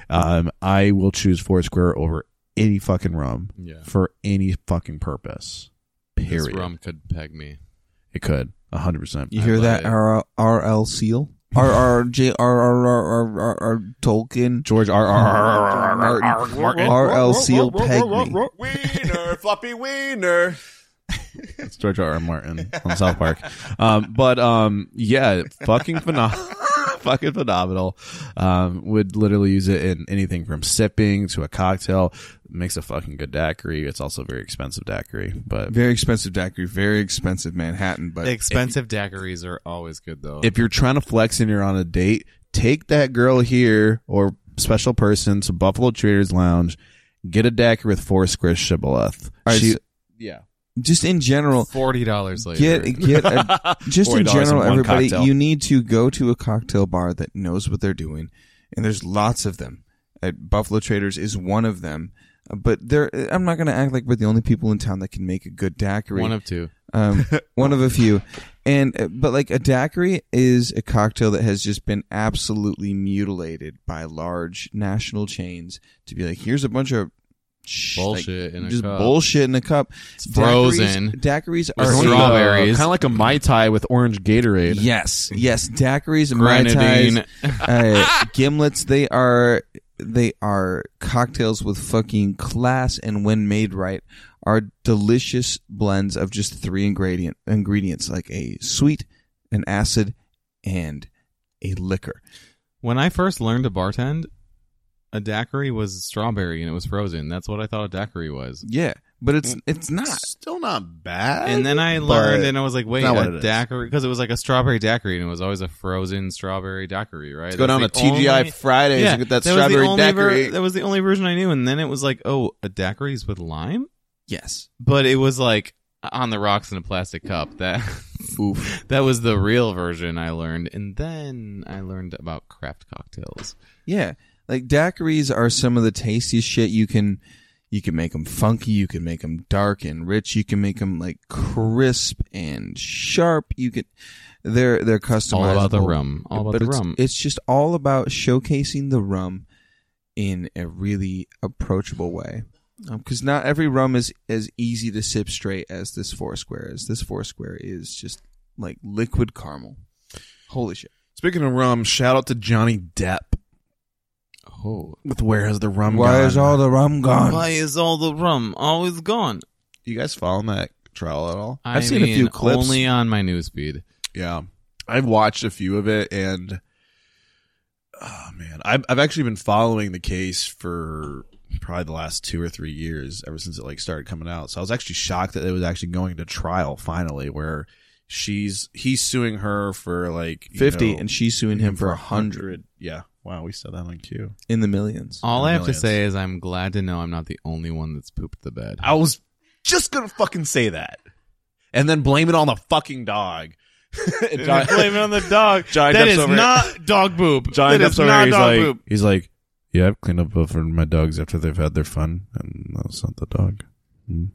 Speaker 3: um i will choose foursquare over any fucking rum
Speaker 4: yeah.
Speaker 3: for any fucking purpose.
Speaker 4: This
Speaker 3: Period.
Speaker 4: rum could peg me.
Speaker 3: It could. a 100%.
Speaker 2: You
Speaker 4: I
Speaker 2: hear
Speaker 4: love
Speaker 2: that
Speaker 4: it.
Speaker 2: R R L seal? R R J R R R R R R Tolkien.
Speaker 3: George R. R. R. R. R.
Speaker 2: Martin. R L seal peg me.
Speaker 3: Wiener, floppy wiener. It's George R. R. Martin from South Park. Um, but um, yeah, fucking phenomenal. *laughs* fucking phenomenal. Um, would literally use it in anything from sipping to a cocktail. Makes a fucking good daiquiri. It's also a very expensive daiquiri, but
Speaker 2: Very expensive daiquiri, very expensive Manhattan, but
Speaker 4: Expensive daiquiris are always good though.
Speaker 3: if you're trying to flex and you're on a date, take that girl here or special person to Buffalo Traders Lounge, get a daiquiri with four squares shibboleth.
Speaker 2: All right,
Speaker 3: She-
Speaker 2: so-
Speaker 3: yeah.
Speaker 2: just in general,
Speaker 4: Forty dollars later.
Speaker 2: get get a,
Speaker 4: *laughs*
Speaker 2: just in
Speaker 3: $40
Speaker 2: general,
Speaker 3: in one
Speaker 2: everybody,
Speaker 3: cocktail.
Speaker 2: you need to go to a cocktail bar that knows what they're doing, and there's lots of them. At Buffalo Traders is one of them, Uh, but there, I'm not going to act like we're the only people in town that can make a good daiquiri.
Speaker 4: One of two. *laughs*
Speaker 2: um, one of a few. And uh, but like a daiquiri is a cocktail that has just been absolutely mutilated by large national chains to be like, here's a bunch of sh- like,
Speaker 4: Bullshit in a
Speaker 2: just
Speaker 4: cup.
Speaker 2: bullshit in a cup.
Speaker 4: It's frozen.
Speaker 2: Daiquiris, daiquiris
Speaker 4: With
Speaker 2: are
Speaker 4: strawberries.
Speaker 3: kind of like a mai tai with orange Gatorade.
Speaker 2: Yes, yes, daiquiris, mai tais,
Speaker 4: Grenadine.
Speaker 2: uh, gimlets. They are they are cocktails with fucking class, and when made right, are delicious blends of just three ingredient ingredients, like a sweet, an acid, and a liquor.
Speaker 4: When I first learned to bartend, a daiquiri was strawberry and it was frozen. That's what I thought a daiquiri was.
Speaker 2: Yeah, but it's it's not.
Speaker 3: Still not bad.
Speaker 4: And then I
Speaker 3: but
Speaker 4: learned and I was like, wait,
Speaker 3: not what it
Speaker 4: a
Speaker 3: is.
Speaker 4: daiquiri? Because it was like a strawberry daiquiri and it was always a frozen strawberry daiquiri, right?
Speaker 3: Let's go down to
Speaker 4: That's the
Speaker 3: TGI
Speaker 4: only-
Speaker 3: Fridays
Speaker 4: Yeah,
Speaker 3: and get that,
Speaker 4: that was the
Speaker 3: strawberry
Speaker 4: only ver-
Speaker 3: daiquiri.
Speaker 4: that was the only version I knew. And then it was like, oh, a daiquiri's with lime?
Speaker 2: Yes,
Speaker 4: But it was like uh, on the rocks in a plastic cup. That *laughs*
Speaker 2: Oof.
Speaker 4: that was the real version I learned. And then I learned about craft cocktails.
Speaker 2: yeah, like daiquiris are some of the tastiest shit you can. You can make them funky. You can make them dark and rich. You can make them like crisp and sharp. You can, they're they're customizable.
Speaker 4: All about the rum. All about
Speaker 2: but
Speaker 4: the
Speaker 2: it's,
Speaker 4: rum.
Speaker 2: It's just all about showcasing the rum in a really approachable way. Because not every rum is as easy to sip straight as this Foursquare is. This Foursquare is just like liquid caramel. Holy shit.
Speaker 3: Speaking of rum, shout out to Johnny Depp
Speaker 4: oh,
Speaker 3: with Where Has the Rum
Speaker 2: Why
Speaker 3: Gone?
Speaker 2: is all the rum gone?
Speaker 4: Why is all the rum always gone?
Speaker 3: you guys following that trial at all?
Speaker 4: I mean, Only on my newsfeed.
Speaker 3: Yeah, I've watched a few of it, and oh man, I've I've actually been following the case for probably the last two or three years, ever since it like started coming out. So I was actually shocked that it was actually going to trial finally, where she's he's suing her for like you
Speaker 2: 50
Speaker 3: know,
Speaker 2: and she's suing him for 100
Speaker 3: Yeah, wow, we said that on cue.
Speaker 2: in the millions.
Speaker 4: All I have
Speaker 3: Millions.
Speaker 4: to say is I'm glad to know I'm not the only one that's pooped
Speaker 3: *laughs*
Speaker 4: the bed.
Speaker 3: I was just gonna fucking say that, and then blame it on the fucking dog. *laughs*
Speaker 4: *laughs*
Speaker 3: John-
Speaker 4: it on the dog.
Speaker 3: Johnny Depp's over here.
Speaker 4: dog poop.
Speaker 3: Johnny
Speaker 4: That
Speaker 3: Depp's
Speaker 4: is
Speaker 3: over here.
Speaker 4: not
Speaker 3: He's
Speaker 4: dog
Speaker 3: like,
Speaker 4: poop.
Speaker 3: he's like, yeah, I've cleaned up for my dogs after they've had their fun, and that's not the dog. Mm.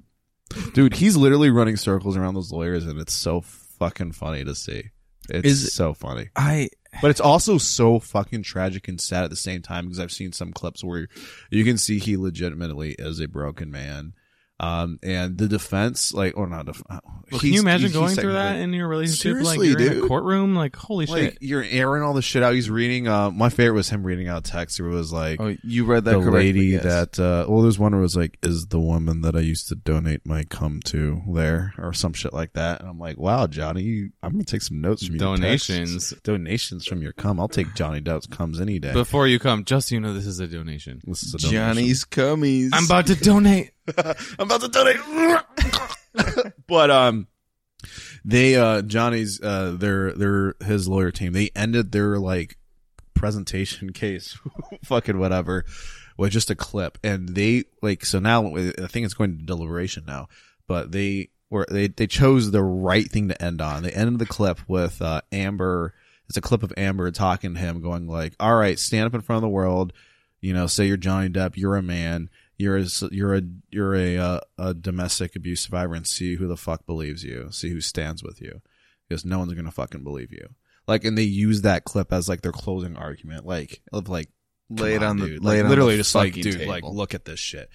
Speaker 3: Dude, he's literally running circles around those lawyers, and it's so fucking funny to see. It's
Speaker 2: Is-
Speaker 3: so funny,
Speaker 2: I
Speaker 3: but it's also so fucking tragic and sad at the same time because I've seen some clips where you can see he legitimately is a broken man. Um, and the defense, like, or not, def- oh,
Speaker 4: Can you
Speaker 3: he's-
Speaker 4: imagine
Speaker 3: he's- he's
Speaker 4: going through that
Speaker 3: technically-
Speaker 4: in your relationship?
Speaker 3: Seriously,
Speaker 4: like you're in
Speaker 3: dude.
Speaker 4: a courtroom? Like, holy
Speaker 3: like
Speaker 4: shit.
Speaker 3: you're airing all the shit out. He's reading. Uh, my favorite was him reading out text. It was like,
Speaker 2: oh, you read that
Speaker 3: the
Speaker 2: correctly,
Speaker 3: lady
Speaker 2: yes.
Speaker 3: that uh, well there's one where it was like is the woman that i used to donate my cum to there or some shit like that and i'm like wow johnny you- i'm gonna take some notes from you
Speaker 4: Donations.
Speaker 3: donations from your cum i'll take johnny Depp's cums any day
Speaker 4: Before you come, just so you know, this is a donation.
Speaker 3: this is a donation.
Speaker 2: Johnny's cummies.
Speaker 4: I'm about to donate.
Speaker 3: *laughs* i'm about to donate *laughs* but um they uh johnny's uh their their his lawyer team they ended their like presentation *laughs* case fucking whatever with just a clip and they like so now i think it's going to deliberation now but they were they they chose the right thing to end on they ended the clip with uh amber it's a clip of amber talking to him going like all right stand up in front of the world you know say you're johnny depp you're a man you're a, s- you're a you're a uh, a domestic abuse survivor and see who the fuck believes you see who stands with you because no one's gonna fucking believe you like and they use that clip as like their closing argument like of like
Speaker 2: lay it
Speaker 3: Come
Speaker 2: on the
Speaker 3: dude.
Speaker 2: lay it
Speaker 3: like,
Speaker 2: on
Speaker 3: literally
Speaker 2: the
Speaker 3: just like
Speaker 2: fucking
Speaker 3: dude
Speaker 2: table.
Speaker 3: like look at this shit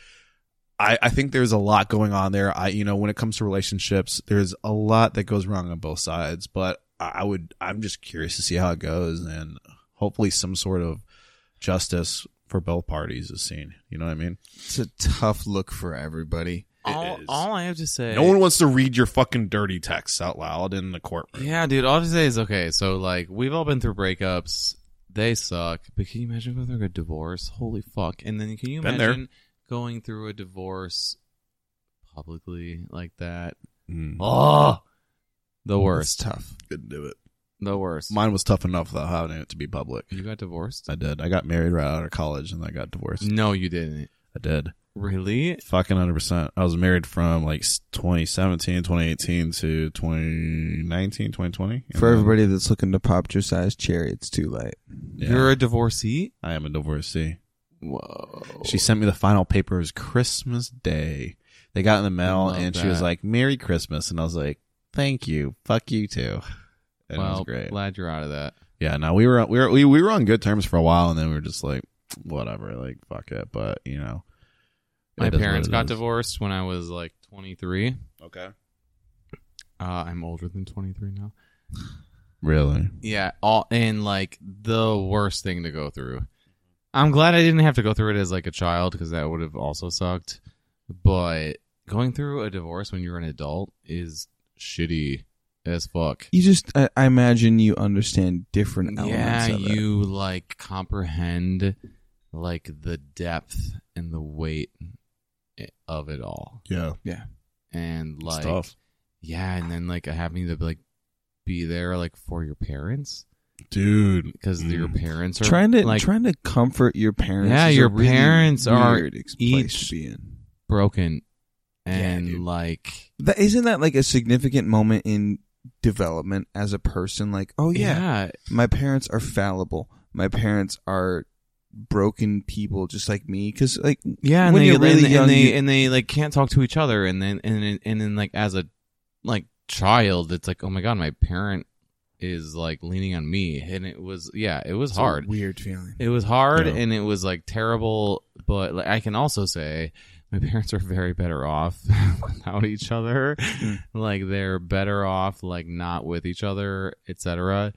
Speaker 3: I, I think there's a lot going on there i you know when it comes to relationships there's a lot that goes wrong on both sides but i, I would i'm just curious to see how it goes and hopefully some sort of justice for both parties is seen you know what i mean
Speaker 2: it's a tough look for everybody.
Speaker 4: all,
Speaker 1: is.
Speaker 4: all I have to say.
Speaker 1: No one wants to read your fucking dirty texts out loud in the courtroom.
Speaker 4: Yeah, dude. All I have to say is okay. So like, we've all been through breakups. They suck. But can you imagine going through a divorce? Holy fuck! And then can you
Speaker 1: Been there.
Speaker 4: imagine going through a divorce publicly like that?
Speaker 1: Mm.
Speaker 4: Oh, the
Speaker 2: It's
Speaker 4: worst.
Speaker 2: tough.
Speaker 1: Couldn't do it.
Speaker 4: The worst.
Speaker 3: Mine was tough enough without having it to be public.
Speaker 4: you got divorced?
Speaker 3: I did. I got married right out of college and I got divorced.
Speaker 4: No, you didn't.
Speaker 3: I did.
Speaker 4: Really?
Speaker 3: Fucking 100%. I was married from like s- 2017, 2018 to 2019, 2020. And
Speaker 2: For
Speaker 3: then-
Speaker 2: everybody that's looking to pop your size cherry, it's too late.
Speaker 3: Yeah,
Speaker 4: You're a divorcee?
Speaker 3: I am a divorcee.
Speaker 4: Whoa.
Speaker 3: She sent me the final papers Christmas Day. They got in the mail
Speaker 4: Love
Speaker 3: and she was
Speaker 4: that.
Speaker 3: like, Merry Christmas. And I was like, thank you. Fuck you too. And it
Speaker 4: well,
Speaker 3: was great.
Speaker 4: glad you're out of that.
Speaker 3: Yeah, no, we were we were we, we were on good terms for a while, and then we were just like, whatever, like fuck it. But you know, it
Speaker 4: My
Speaker 3: is what
Speaker 4: parents
Speaker 3: it
Speaker 4: got
Speaker 3: is.
Speaker 4: divorced when I was like 23.
Speaker 1: Okay.
Speaker 4: Uh, I'm older than 23 now.
Speaker 3: Really?
Speaker 4: Yeah, all and like the worst thing to go through. I'm glad I didn't have to go through it as like a child because that would have also sucked. But going through a divorce when you're an adult is shitty as fuck.
Speaker 2: You just, I, I imagine you understand different elements
Speaker 4: yeah
Speaker 2: of it.
Speaker 4: you like comprehend like the depth and the weight i- of it all
Speaker 1: Yeah.
Speaker 4: and like
Speaker 1: tough.
Speaker 4: yeah and then like having to like be there like for your parents
Speaker 1: Dude.
Speaker 4: because your
Speaker 2: Mm.
Speaker 4: parents are
Speaker 2: trying to
Speaker 4: like
Speaker 2: trying to comfort your parents.
Speaker 4: Yeah,
Speaker 2: is a
Speaker 4: your
Speaker 2: really
Speaker 4: parents are
Speaker 2: weird ex- place
Speaker 4: each-
Speaker 2: to be in.
Speaker 4: broken and
Speaker 1: dude.
Speaker 4: like
Speaker 2: That isn't that like a significant moment in development as a person. Like, oh yeah,
Speaker 4: yeah
Speaker 2: my parents are fallible. My parents are broken people, just like me. Because like
Speaker 4: yeah and
Speaker 2: When
Speaker 4: they
Speaker 2: you're really
Speaker 4: and,
Speaker 2: young,
Speaker 4: and they
Speaker 2: you-
Speaker 4: and they like can't talk to each other and then and then and then like as a like child it's like oh my god my parent is like leaning on me and it was yeah it was
Speaker 2: it's a
Speaker 4: hard
Speaker 2: weird feeling.
Speaker 4: it was hard
Speaker 1: Yeah.
Speaker 4: and it was like terrible but like i can also say my *laughs* parents are very better off *laughs* without each other
Speaker 3: Hmm.
Speaker 4: like they're better off like not with each other etc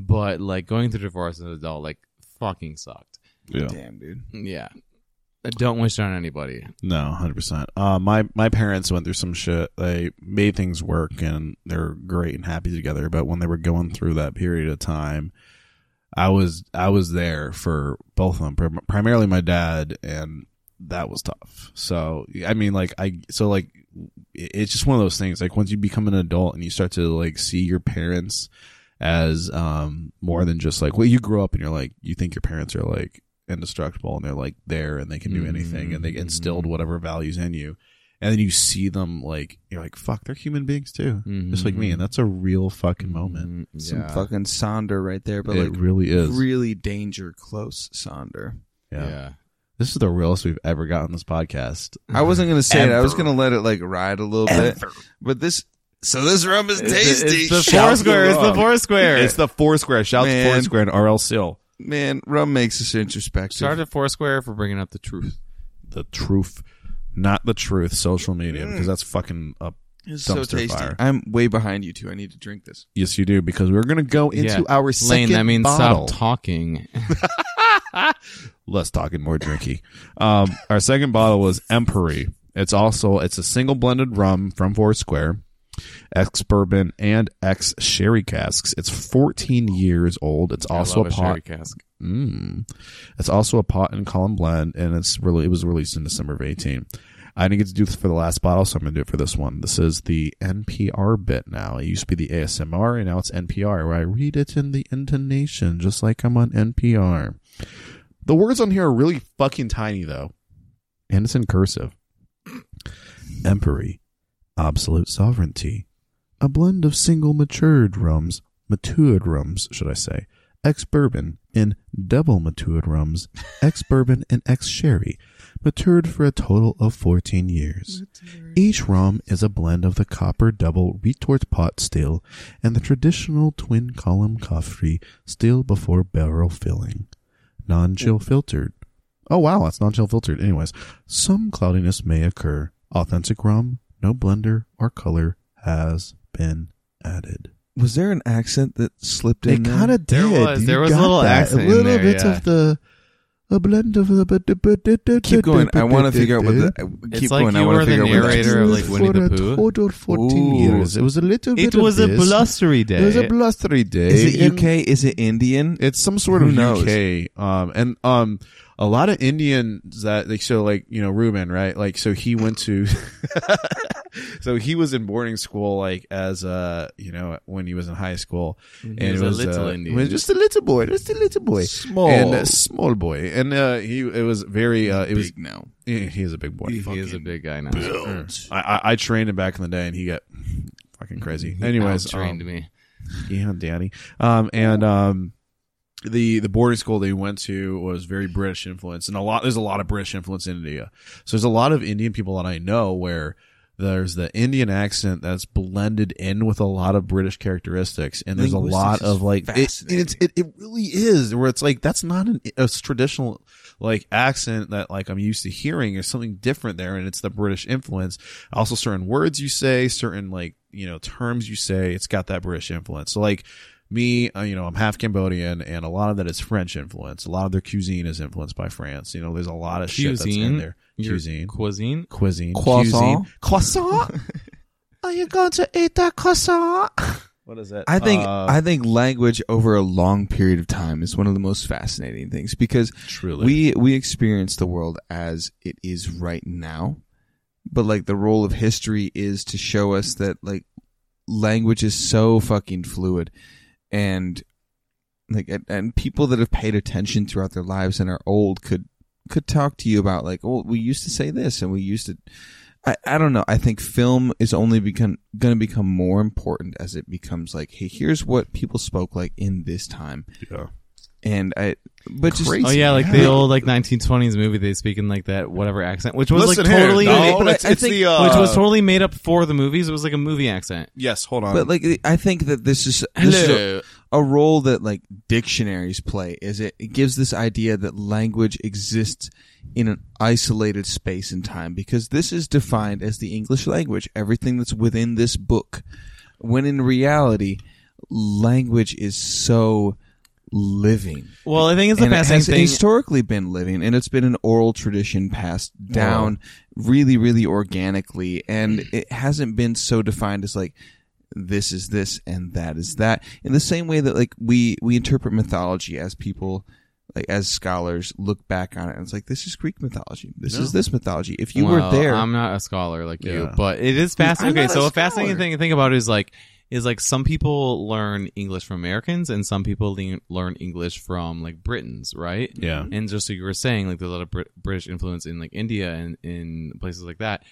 Speaker 4: but like going through divorce as an adult like fucking sucked
Speaker 1: Yeah.
Speaker 2: Damn, dude.
Speaker 4: Yeah. I don't wish it on anybody.
Speaker 3: No, hundred percent. Uh, my my parents went through some shit. They made things work, and they're great and happy together. But when they were going through that period of time, I was I was there for both of them, prim- primarily my dad, and that was tough. So I mean, like I so like it- it's just one of those things. Like once you become an adult and you start to like see your parents as um more than just like well you grow up and you're like you think your parents are like indestructible and they're like there and they can do anything and they
Speaker 2: Mm-hmm.
Speaker 3: instilled whatever values in you and then you see them like you're like fuck they're human beings too just like me and that's a real fucking moment
Speaker 4: Mm,
Speaker 2: Some
Speaker 4: yeah.
Speaker 2: fucking Sonder right there, Mm-hmm. but
Speaker 3: it
Speaker 2: like
Speaker 3: really is
Speaker 2: really danger close Sonder.
Speaker 4: yeah.
Speaker 3: yeah. this is the realest we've ever gotten this podcast
Speaker 2: I wasn't gonna say it. I was
Speaker 1: Ever.
Speaker 2: gonna let it like ride a little bit, but this. So this rum is tasty.
Speaker 4: It's the
Speaker 2: Shout
Speaker 4: four square. It's the
Speaker 2: rum.
Speaker 4: four square.
Speaker 3: it's the foursquare shout out to
Speaker 2: Man.
Speaker 3: foursquare and rl seal
Speaker 2: Man, rum makes us introspective.
Speaker 4: Start at four square for bringing up the truth.
Speaker 3: the truth not the truth social
Speaker 4: Mm.
Speaker 3: media because that's fucking up
Speaker 2: It's
Speaker 3: dumpster fire.
Speaker 2: I'm way behind you two. I need to drink this.
Speaker 3: yes you do because we're gonna go into
Speaker 4: Yeah.
Speaker 3: our second
Speaker 4: Lane, that means
Speaker 3: bottle.
Speaker 4: stop talking.
Speaker 3: less talking, more drinky. Um, our second bottle was Empery. It's also it's a single blended rum from Foursquare, ex bourbon and ex sherry casks. It's 14 years old. It's
Speaker 4: I
Speaker 3: also
Speaker 4: love
Speaker 3: a
Speaker 4: a sherry
Speaker 3: pot.
Speaker 4: cask.
Speaker 3: Mm. It's also a pot and column blend, and it's really it was released in December of 18. I didn't get to do this for the last bottle, so I'm going to do it for this one. This is the NPR bit now. It used to be the ASMR, and now it's NPR, where I read it in the intonation, just like I'm on NPR. The words on here are really fucking tiny, though, and it's in cursive. Empery, absolute sovereignty, a blend of single matured rums, matured rums, should I say, ex bourbon and double matured rums, ex bourbon and ex sherry, matured for a total of 14 years. Each rum is a blend of the copper double retort pot still and the traditional twin column coffee still before barrel filling. Non chill filtered. Oh wow, that's non chill filtered. Anyways, some cloudiness may occur. Authentic rum, no blender or color has been added.
Speaker 2: Was there an accent that slipped in?
Speaker 3: It kind of did.
Speaker 4: There was-
Speaker 3: You
Speaker 4: there was a
Speaker 3: got
Speaker 4: little
Speaker 3: that.
Speaker 4: accent
Speaker 3: a
Speaker 4: in
Speaker 3: little
Speaker 4: there,
Speaker 3: bit
Speaker 4: yeah.
Speaker 3: of the a blend of the
Speaker 2: Keep going. I want to figure out what the. I-
Speaker 4: It's
Speaker 2: Keep
Speaker 4: like
Speaker 2: going. I
Speaker 4: you
Speaker 2: want
Speaker 4: were
Speaker 2: to
Speaker 4: the
Speaker 2: figure out what
Speaker 4: narrator.
Speaker 2: the-
Speaker 4: of, like, Winnie the Pooh.
Speaker 3: For total 14
Speaker 2: Ooh.
Speaker 3: years. It was a little bit
Speaker 4: It was
Speaker 3: of
Speaker 4: a
Speaker 3: this.
Speaker 4: blustery
Speaker 3: It was a
Speaker 4: day.
Speaker 3: blustery day.
Speaker 2: Is it
Speaker 3: in-
Speaker 2: UK? Is it Indian?
Speaker 3: It's some sort
Speaker 2: Who
Speaker 3: of
Speaker 2: knows?
Speaker 3: UK. Um, and um, a lot of Indians that they so like you know Ruben right like so he went to, *laughs* so he was in boarding school like as uh you know when he was in high school and
Speaker 4: He was
Speaker 3: it
Speaker 4: a
Speaker 3: was
Speaker 4: little
Speaker 3: uh,
Speaker 4: Indian.
Speaker 3: well, just a little boy, just a little boy,
Speaker 2: Small.
Speaker 3: and a small boy, and uh, he it was very uh it was
Speaker 2: Big now.
Speaker 3: he he is a big boy.
Speaker 4: he is a big guy now. Hmm.
Speaker 3: Mm. I, I I trained him back in the day, and he got fucking
Speaker 4: *laughs*
Speaker 3: crazy. Anyways, um,
Speaker 4: trained me.
Speaker 3: yeah, Danny. Um, and um, the the boarding school they went to was very British influence, and a lot there's a lot of British influence in India. So there's a lot of Indian people that I know where there's the Indian accent that's blended in with a lot of British characteristics, and there's a lot
Speaker 2: Linguistics is
Speaker 3: of like it,
Speaker 2: fascinating.
Speaker 3: and it's it, it really is where it's like that's not an a traditional like accent that like I'm used to hearing is something different there, and it's the British influence. Also, certain words you say, certain like you know terms you say, it's got that British influence. So like me, uh, you know, I'm half Cambodian, and a lot of that is French influence. A lot of their cuisine is influenced by France. You know, there's a lot of shit that's in
Speaker 4: Cuisine?
Speaker 3: there.
Speaker 4: Your
Speaker 3: Cuisine,
Speaker 4: Cuisine. Oh,
Speaker 3: cuisine,
Speaker 2: Croissant?
Speaker 3: cuisine,
Speaker 2: *laughs*
Speaker 3: croissant. Are you going to eat that croissant? What is it?
Speaker 2: I think
Speaker 3: Uh,
Speaker 2: I think language over a long period of time is one of the most fascinating things because
Speaker 3: truly.
Speaker 2: we we experience the world as it is right now, but like the role of history is to show us that like language is so fucking fluid, and like and, and people that have paid attention throughout their lives and are old could could talk to you about like oh we used to say this and we used to I, I don't know. I think film is only become going to become more important as it becomes like, hey, here's what people spoke like in this time.
Speaker 3: Yeah.
Speaker 2: And I, but just
Speaker 4: Oh yeah, like the old like 1920s movie. They speak in like that whatever accent, which was
Speaker 3: Listen
Speaker 4: like
Speaker 3: here,
Speaker 4: totally,
Speaker 3: no,
Speaker 2: but
Speaker 4: which
Speaker 3: it's,
Speaker 2: I
Speaker 3: it's
Speaker 2: think-
Speaker 3: the, uh,
Speaker 4: was totally made up for the movies. It was like a movie accent.
Speaker 3: Yes, hold on.
Speaker 2: But like, I think that this is this is a, a role that like dictionaries play. Is it, it gives this idea that language exists in an isolated space and time because this is defined as the English language. Everything that's within this book, when in reality, language is so living.
Speaker 4: Well, I think it's the
Speaker 2: and it
Speaker 4: fascinating
Speaker 2: has
Speaker 4: thing.
Speaker 2: historically been living, and it's been an oral tradition passed down really, really organically, and it hasn't been so defined as like this is this and that is that. In the same way that like we we interpret mythology as people. Like as scholars look back on it, and it's like this is Greek mythology. This is this mythology. If you
Speaker 4: Well,
Speaker 2: were there,
Speaker 4: I'm not a scholar like you,
Speaker 3: Yeah.
Speaker 4: but it is fascinating.
Speaker 2: I'm
Speaker 4: Okay,
Speaker 2: not a
Speaker 4: so a fascinating
Speaker 2: scholar.
Speaker 4: thing to think about is like is like some people learn English from Americans and some people le- learn English from like Britons, right?
Speaker 3: yeah.
Speaker 4: And just like you were saying, like there's a lot of Brit- British influence in like India and in places like that.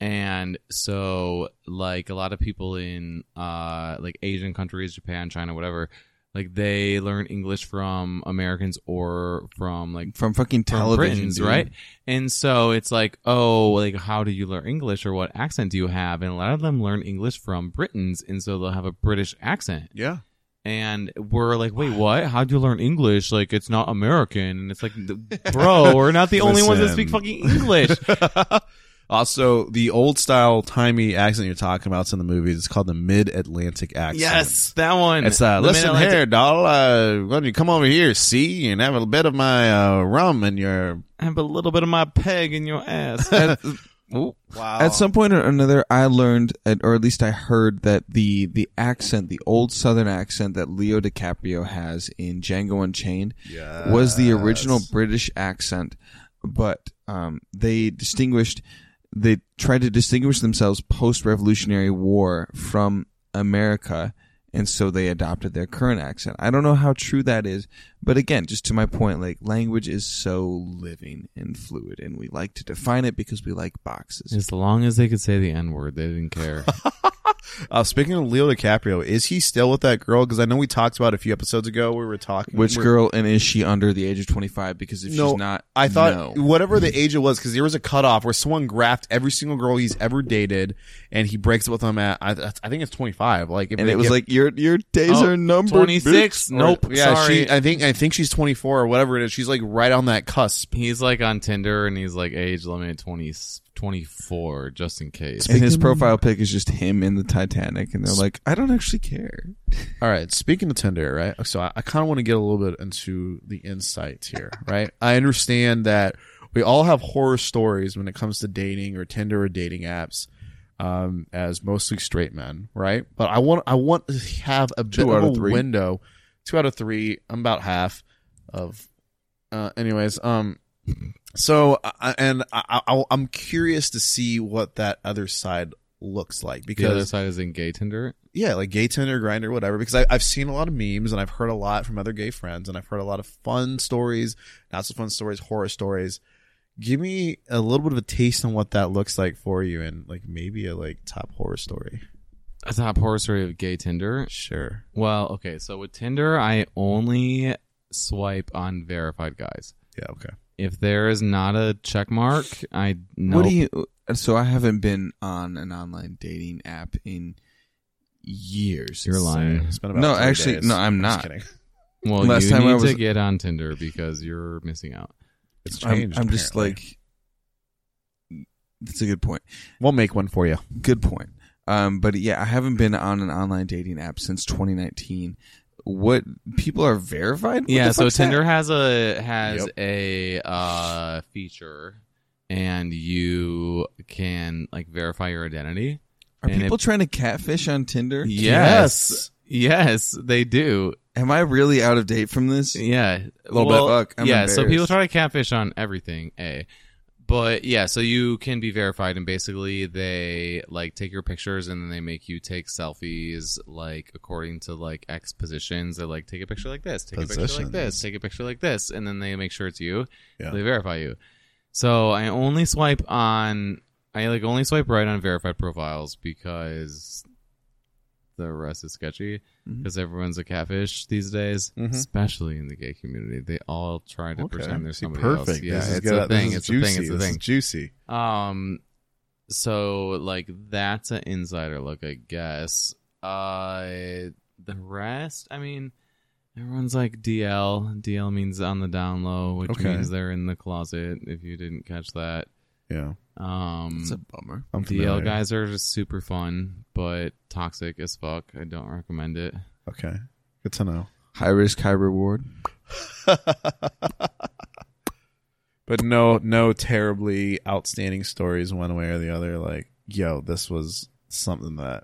Speaker 4: And so, like a lot of people in uh, like Asian countries, Japan, China, whatever, like they learn English from Americans or from like
Speaker 2: from fucking
Speaker 4: from
Speaker 2: television,
Speaker 4: Britons,
Speaker 2: dude.
Speaker 4: right? And so it's like, oh, like how do you learn English or what accent do you have? And a lot of them learn English from Britons, and so they'll have a British accent.
Speaker 3: Yeah.
Speaker 4: And we're like, wait, what? How do you learn English? Like it's not American, and it's like, bro, we're not the only ones that speak
Speaker 3: Listen.
Speaker 4: fucking English.
Speaker 3: *laughs* also, the old style timey accent you're talking about's in the movies. It's called the mid Atlantic *laughs* accent.
Speaker 4: yes, that one.
Speaker 3: It's uh,
Speaker 4: The
Speaker 3: listen
Speaker 4: Mid-Atlantic-
Speaker 3: here, doll. Uh, why don't you come over here, see, and have a bit of my uh, rum and your.
Speaker 4: I have a little bit of my peg in your
Speaker 3: *laughs*
Speaker 4: ass. Ooh.
Speaker 3: Wow.
Speaker 2: At some point or another, I learned, at- or at least I heard, that the the accent, the old Southern accent that Leo DiCaprio has in Django Unchained, was the original British accent, but um, they distinguished, they tried to distinguish themselves post Revolutionary War from America, and so they adopted their current accent. I don't know how true that is, but again, just to my point, like language is so living and fluid, and we like to define it because we like boxes.
Speaker 4: As long as they could say the N word, they
Speaker 3: *laughs*
Speaker 4: didn't care.
Speaker 3: Uh, speaking of Leo DiCaprio, is he still with that girl? Because I know we talked about it a few episodes ago. We were talking.
Speaker 2: Which
Speaker 3: we're-
Speaker 2: girl, and is she under the age of twenty five? Because if
Speaker 3: No,
Speaker 2: she's not,
Speaker 3: I
Speaker 2: no.
Speaker 3: thought whatever the age it was, because there was a cutoff where someone graphed every single girl he's ever dated, and he breaks up with them at I, I think it's twenty five. Like, if
Speaker 2: and
Speaker 3: they
Speaker 2: it was
Speaker 3: get-
Speaker 2: like your your days
Speaker 4: Oh,
Speaker 2: are numbered. bitch.
Speaker 4: 26? Nope.
Speaker 3: Or- yeah,
Speaker 4: sorry.
Speaker 3: she. I think I think she's twenty four or whatever it is. She's like right on that cusp.
Speaker 4: He's like on Tinder and he's like age limit 20, 24 just in case.
Speaker 2: And his profile pic is just him in the Titanic, and they're like, I don't actually care.
Speaker 3: All right. Speaking of Tinder, right? So I, I kind of want to get a little bit into the insights here, right? I understand that we all have horror stories when it comes to dating or Tinder or dating apps, um, as mostly straight men, right? But I want I want to have a bit
Speaker 2: Two out
Speaker 3: of
Speaker 2: of
Speaker 3: a
Speaker 2: three.
Speaker 3: window, two out of three. I'm about half of, uh, anyways. Um, so I, and I, I I'm curious to see what that other side looks like
Speaker 4: The other
Speaker 3: because
Speaker 4: side is in gay Tinder.
Speaker 3: yeah, like gay Tinder, grinder, whatever. Because I, I've seen a lot of memes and I've heard a lot from other gay friends and I've heard a lot of fun stories, not so fun stories, horror stories. Give me a little bit of a taste on what that looks like for you and like maybe a like top horror story.
Speaker 4: A top horror story of gay Tinder.
Speaker 3: Sure.
Speaker 4: Well, okay, so with Tinder, I only swipe on verified guys.
Speaker 3: Yeah. Okay.
Speaker 4: If there is not a check mark, I no.
Speaker 2: What do you? So I haven't been on an online dating app in years.
Speaker 4: You're lying.
Speaker 3: It's been about
Speaker 2: No,
Speaker 3: three
Speaker 2: actually,
Speaker 3: days.
Speaker 2: no, I'm
Speaker 3: Just
Speaker 2: not.
Speaker 3: kidding.
Speaker 4: Well,
Speaker 2: Last
Speaker 4: you
Speaker 2: time
Speaker 4: need
Speaker 2: I was-
Speaker 4: to get on Tinder because you're missing out.
Speaker 3: It's
Speaker 2: I'm,
Speaker 3: changed.
Speaker 2: I'm just
Speaker 3: apparently.
Speaker 2: like, that's a good point.
Speaker 3: we'll make one for you.
Speaker 2: Good point. Um, but yeah, I haven't been on an online dating app since 2019. What people are verified? What
Speaker 4: yeah,
Speaker 2: the
Speaker 4: so
Speaker 2: fuck's that?
Speaker 4: Tinder has a has
Speaker 3: Yep.
Speaker 4: a uh, feature, and you can like verify your identity.
Speaker 2: Are
Speaker 4: and
Speaker 2: people
Speaker 4: it-
Speaker 2: trying to catfish on Tinder?
Speaker 4: Yes, yes, they do.
Speaker 2: Am I really out of date from this?
Speaker 4: Yeah,
Speaker 2: A little
Speaker 4: Well,
Speaker 2: bit. Fuck. I'm
Speaker 4: yeah, so people
Speaker 2: embarrassed.
Speaker 4: try to catfish on everything, a. But yeah, so you can be verified, and basically they like take your pictures, and then they make you take selfies, like according to like X positions. They like take a picture like this, take a picture like this,
Speaker 3: Positions.
Speaker 4: take a picture like this, and then they make sure it's you.
Speaker 3: Yeah.
Speaker 4: They verify you. So I only swipe on, I like only swipe right on verified profiles because the rest is sketchy
Speaker 3: Mm-hmm.
Speaker 2: Mhm.
Speaker 4: because everyone's a catfish these days,
Speaker 3: Mhm.
Speaker 4: especially in the gay community. They all try to pretend they're
Speaker 3: See,
Speaker 4: somebody
Speaker 3: perfect.
Speaker 4: else. Yeah,
Speaker 3: this is
Speaker 4: it's
Speaker 3: good.
Speaker 4: a thing.
Speaker 3: This is
Speaker 4: It's
Speaker 3: juicy.
Speaker 4: a thing. It's a
Speaker 3: This is
Speaker 4: thing.
Speaker 3: juicy.
Speaker 4: Um, so like that's an insider look, I guess. Uh, the rest, I mean, everyone's like DL. DL means on the down low, which
Speaker 3: Okay.
Speaker 4: means they're in the closet. If you didn't catch that,
Speaker 3: Yeah.
Speaker 4: um,
Speaker 2: It's a bummer.
Speaker 3: I'm familiar.
Speaker 4: DL guys are just super fun, but toxic as fuck. I don't recommend it.
Speaker 3: Okay. Good to know.
Speaker 2: High risk, high reward.
Speaker 3: *laughs* but no no terribly outstanding stories one way or the other like yo this was something that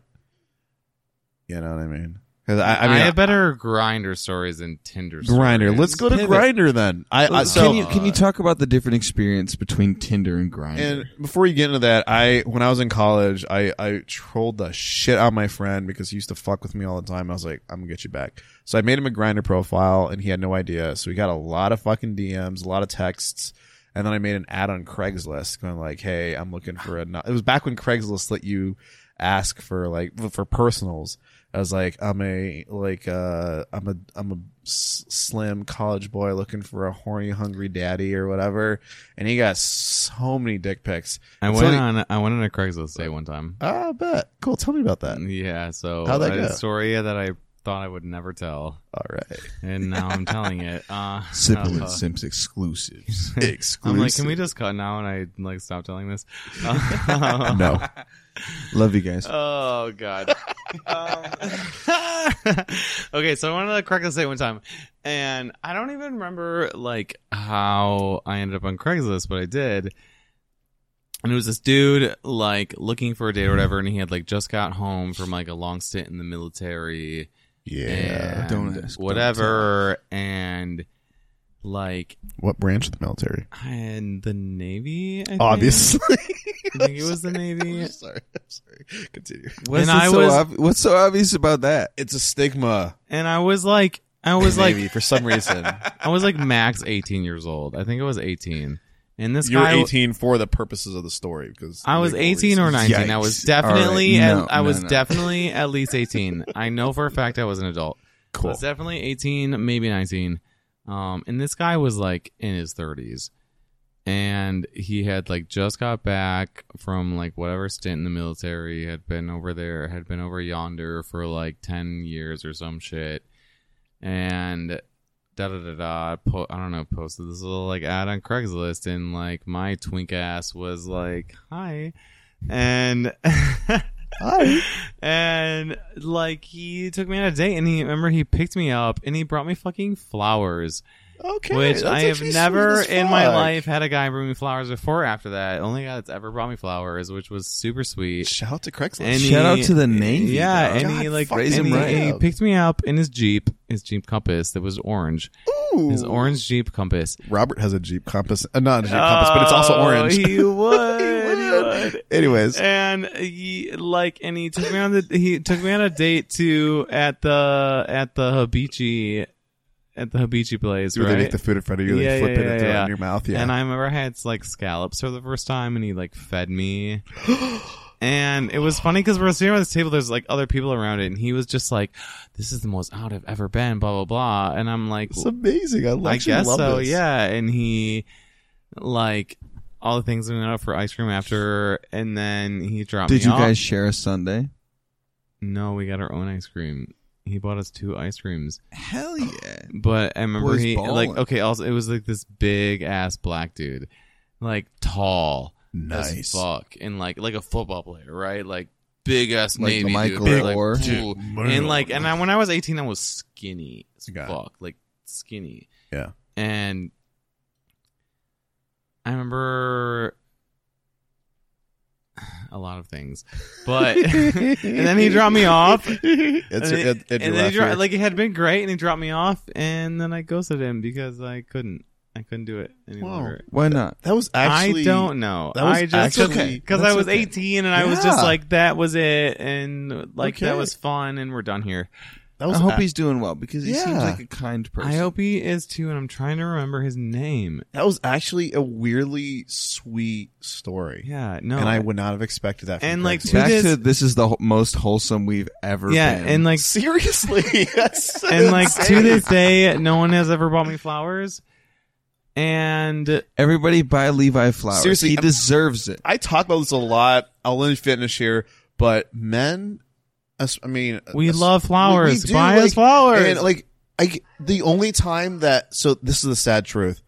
Speaker 3: you know what i mean 'Cause I, I
Speaker 4: I,
Speaker 3: mean
Speaker 4: have better grinder stories than Tinder.
Speaker 3: grinder
Speaker 4: stories.
Speaker 3: let's go to
Speaker 2: Pivot.
Speaker 3: grinder then i, I
Speaker 4: Let's-
Speaker 3: so
Speaker 2: can you
Speaker 4: uh,
Speaker 2: can you talk about the different experience between Tinder and Grindr?
Speaker 3: and before you get into that i when i was in college i i trolled the shit out of my friend because he used to fuck with me all the time i was like i'm gonna get you back so i made him a grinder profile and he had no idea so we got a lot of fucking dms a lot of texts and then i made an ad on craigslist going like hey i'm looking for a no-" it was back when craigslist let you ask for like for personals i was like i'm a like uh i'm a i'm a s- slim college boy looking for a horny hungry daddy or whatever and he got so many dick pics
Speaker 4: I
Speaker 3: So
Speaker 4: went
Speaker 3: you-
Speaker 4: on. I went on a Craigslist day one time.
Speaker 3: Ah, bet. Cool. Tell me about that.
Speaker 4: Yeah, so
Speaker 3: How'd that
Speaker 4: a
Speaker 3: go?
Speaker 4: story that I thought I would never tell,
Speaker 3: All *laughs* right.
Speaker 4: and now I'm
Speaker 3: *laughs*
Speaker 4: telling it. Uh,
Speaker 2: Simple
Speaker 4: uh,
Speaker 2: and Simps exclusives.
Speaker 4: *laughs* I'm
Speaker 3: Exclusive.
Speaker 4: like, can we just cut now? And I like stop telling this. *laughs* Uh,
Speaker 3: *laughs* No.
Speaker 4: *laughs*
Speaker 2: Love you guys.
Speaker 4: Oh God. um, *laughs* okay, so I went on a Craigslist date one time, and I don't even remember like how I ended up on Craigslist, but I did. And it was this dude like looking for a date or whatever, and he had like just got home from like a long stint in the military
Speaker 3: Yeah.
Speaker 4: and
Speaker 2: Don't ask, don't
Speaker 4: whatever and like
Speaker 3: What branch of the military?
Speaker 4: and the navy I
Speaker 3: *laughs*
Speaker 4: think.
Speaker 3: Obviously.
Speaker 4: I think it
Speaker 2: *laughs*
Speaker 4: was the navy
Speaker 3: I'm sorry. I'm sorry. Continue.
Speaker 4: and
Speaker 2: What's
Speaker 4: I
Speaker 2: so
Speaker 4: was
Speaker 2: ob- what's so obvious about that?
Speaker 3: It's a stigma.
Speaker 4: and I was like I was like
Speaker 3: Maybe, for some *laughs* reason.
Speaker 4: I was like max 18 years old I think I was 18 and this
Speaker 3: you were
Speaker 4: guy
Speaker 3: 18 for the purposes of the story because
Speaker 4: I was
Speaker 3: legal
Speaker 4: 18 or
Speaker 3: reasons.
Speaker 4: 19 I
Speaker 2: Yikes.
Speaker 4: was
Speaker 2: All right.
Speaker 4: definitely
Speaker 2: No,
Speaker 4: at, I
Speaker 2: no,
Speaker 4: was
Speaker 2: no.
Speaker 4: definitely at least 18 I know for a fact I was an adult I
Speaker 3: Cool.
Speaker 4: was definitely 18, maybe 19. Um, and this guy was like in his 30s. And he had like just got back from like whatever stint in the military, had been over there, had been over yonder for like 10 years or some shit. And da da da da, po- I don't know, posted this little like ad on Craigslist. *laughs* And like my twink ass was like, hi. And.
Speaker 2: Hi.
Speaker 4: and like he took me on a date and he remember he picked me up and he brought me fucking flowers
Speaker 3: Okay.
Speaker 4: which
Speaker 3: that's
Speaker 4: i have
Speaker 3: actually
Speaker 4: never
Speaker 3: sweet as
Speaker 4: in my
Speaker 3: fuck.
Speaker 4: life had a guy bring me flowers before after that only guy that's ever brought me flowers which was super sweet
Speaker 3: Shout out to Craigslist.
Speaker 4: and
Speaker 2: Shout
Speaker 4: he-
Speaker 2: out to the Navy,
Speaker 4: yeah
Speaker 3: dog.
Speaker 4: and he
Speaker 3: God,
Speaker 4: like
Speaker 3: fuck
Speaker 4: raised
Speaker 2: them
Speaker 4: him
Speaker 2: right
Speaker 4: he
Speaker 3: up.
Speaker 4: picked me up in his jeep his jeep compass that was orange
Speaker 3: Ooh.
Speaker 4: his orange jeep compass
Speaker 3: Robert has a Jeep Compass, uh, not a Jeep Compass, but it's also
Speaker 4: Oh,
Speaker 3: orange. *laughs*
Speaker 4: he would, he
Speaker 3: would.
Speaker 4: would.
Speaker 3: Anyways,
Speaker 4: *laughs* and he like and he took me on the he took me on a date too at the at the hibichi at the hibichi place
Speaker 3: do they
Speaker 4: right
Speaker 3: make the food in front of you? They
Speaker 4: Yeah,
Speaker 3: flip
Speaker 4: yeah,
Speaker 3: it and
Speaker 4: yeah,
Speaker 3: throw it
Speaker 4: yeah.
Speaker 3: in your mouth. Yeah.
Speaker 4: and i remember i had like scallops for the first time and he like fed
Speaker 3: *gasps*
Speaker 4: me and it was funny because we're sitting around this table there's like other people around it and he was just like this is the most out i've ever been blah blah blah and i'm like
Speaker 3: it's amazing. I, love-
Speaker 4: I
Speaker 3: actually
Speaker 4: guess
Speaker 3: love
Speaker 4: so.
Speaker 3: this.
Speaker 4: Yeah, and he like all the things we went out for ice cream after, and then he dropped.
Speaker 2: Did
Speaker 4: me
Speaker 2: you
Speaker 4: off.
Speaker 2: guys share a Sunday?
Speaker 4: No, we got our own ice cream. He bought us two ice creams,
Speaker 2: Hell yeah.
Speaker 4: but I remember
Speaker 2: Boy's
Speaker 4: he like
Speaker 2: ballin'.
Speaker 4: okay. Also, it was like this big ass black dude, like tall as
Speaker 3: Nice.
Speaker 4: fuck, and like like a football player, right? Like big ass
Speaker 2: Like
Speaker 4: navy
Speaker 2: Michael
Speaker 4: dude, like,
Speaker 2: Orr.
Speaker 4: cool. and like and I, when I was 18 I was skinny as
Speaker 3: Got it.
Speaker 4: fuck like skinny
Speaker 3: Yeah.
Speaker 4: and I remember *sighs* a lot of things but *laughs* and then he dropped me off
Speaker 3: *laughs* It's,
Speaker 4: and,
Speaker 3: it, it
Speaker 4: and then he
Speaker 3: drew
Speaker 4: dro-
Speaker 3: after-
Speaker 4: like it had been great and he dropped me off and then I ghosted him because I couldn't I couldn't do it any
Speaker 3: Wow.
Speaker 4: longer
Speaker 2: Why not?
Speaker 3: that was actually
Speaker 4: I don't know.
Speaker 3: that was
Speaker 4: I just
Speaker 3: actually- Okay.
Speaker 4: because
Speaker 3: That's
Speaker 4: I was
Speaker 3: okay.
Speaker 4: 18 and I was
Speaker 3: Yeah.
Speaker 4: just like that was it and like
Speaker 3: Okay.
Speaker 4: that was fun and we're done here.
Speaker 3: That was
Speaker 2: I hope
Speaker 3: a-
Speaker 2: he's doing well because he seems
Speaker 3: Yeah.
Speaker 2: like a kind person.
Speaker 4: I hope he is too and I'm trying to remember his name.
Speaker 3: that was actually a weirdly sweet story.
Speaker 4: Yeah, no.
Speaker 3: and I would not have expected that. From
Speaker 4: And, like,
Speaker 3: Craigslist.
Speaker 4: two
Speaker 2: Back
Speaker 4: days-
Speaker 2: to this is the wh- most wholesome we've ever
Speaker 4: Yeah,
Speaker 2: been.
Speaker 3: *laughs*
Speaker 4: and like
Speaker 3: seriously, *laughs* that's so
Speaker 4: *laughs* and like to
Speaker 3: insane.
Speaker 4: this day no one has ever bought me flowers. And
Speaker 2: Everybody buy Levi flowers.
Speaker 3: Seriously,
Speaker 2: he
Speaker 3: I'm-
Speaker 2: deserves it.
Speaker 3: I talk about this a lot. I'll end fitness here, but men, as- I mean,
Speaker 4: we
Speaker 3: as-
Speaker 4: love flowers.
Speaker 3: do,
Speaker 4: Buy
Speaker 3: like-
Speaker 4: us flowers.
Speaker 3: And like, I the only time that so this is the sad truth.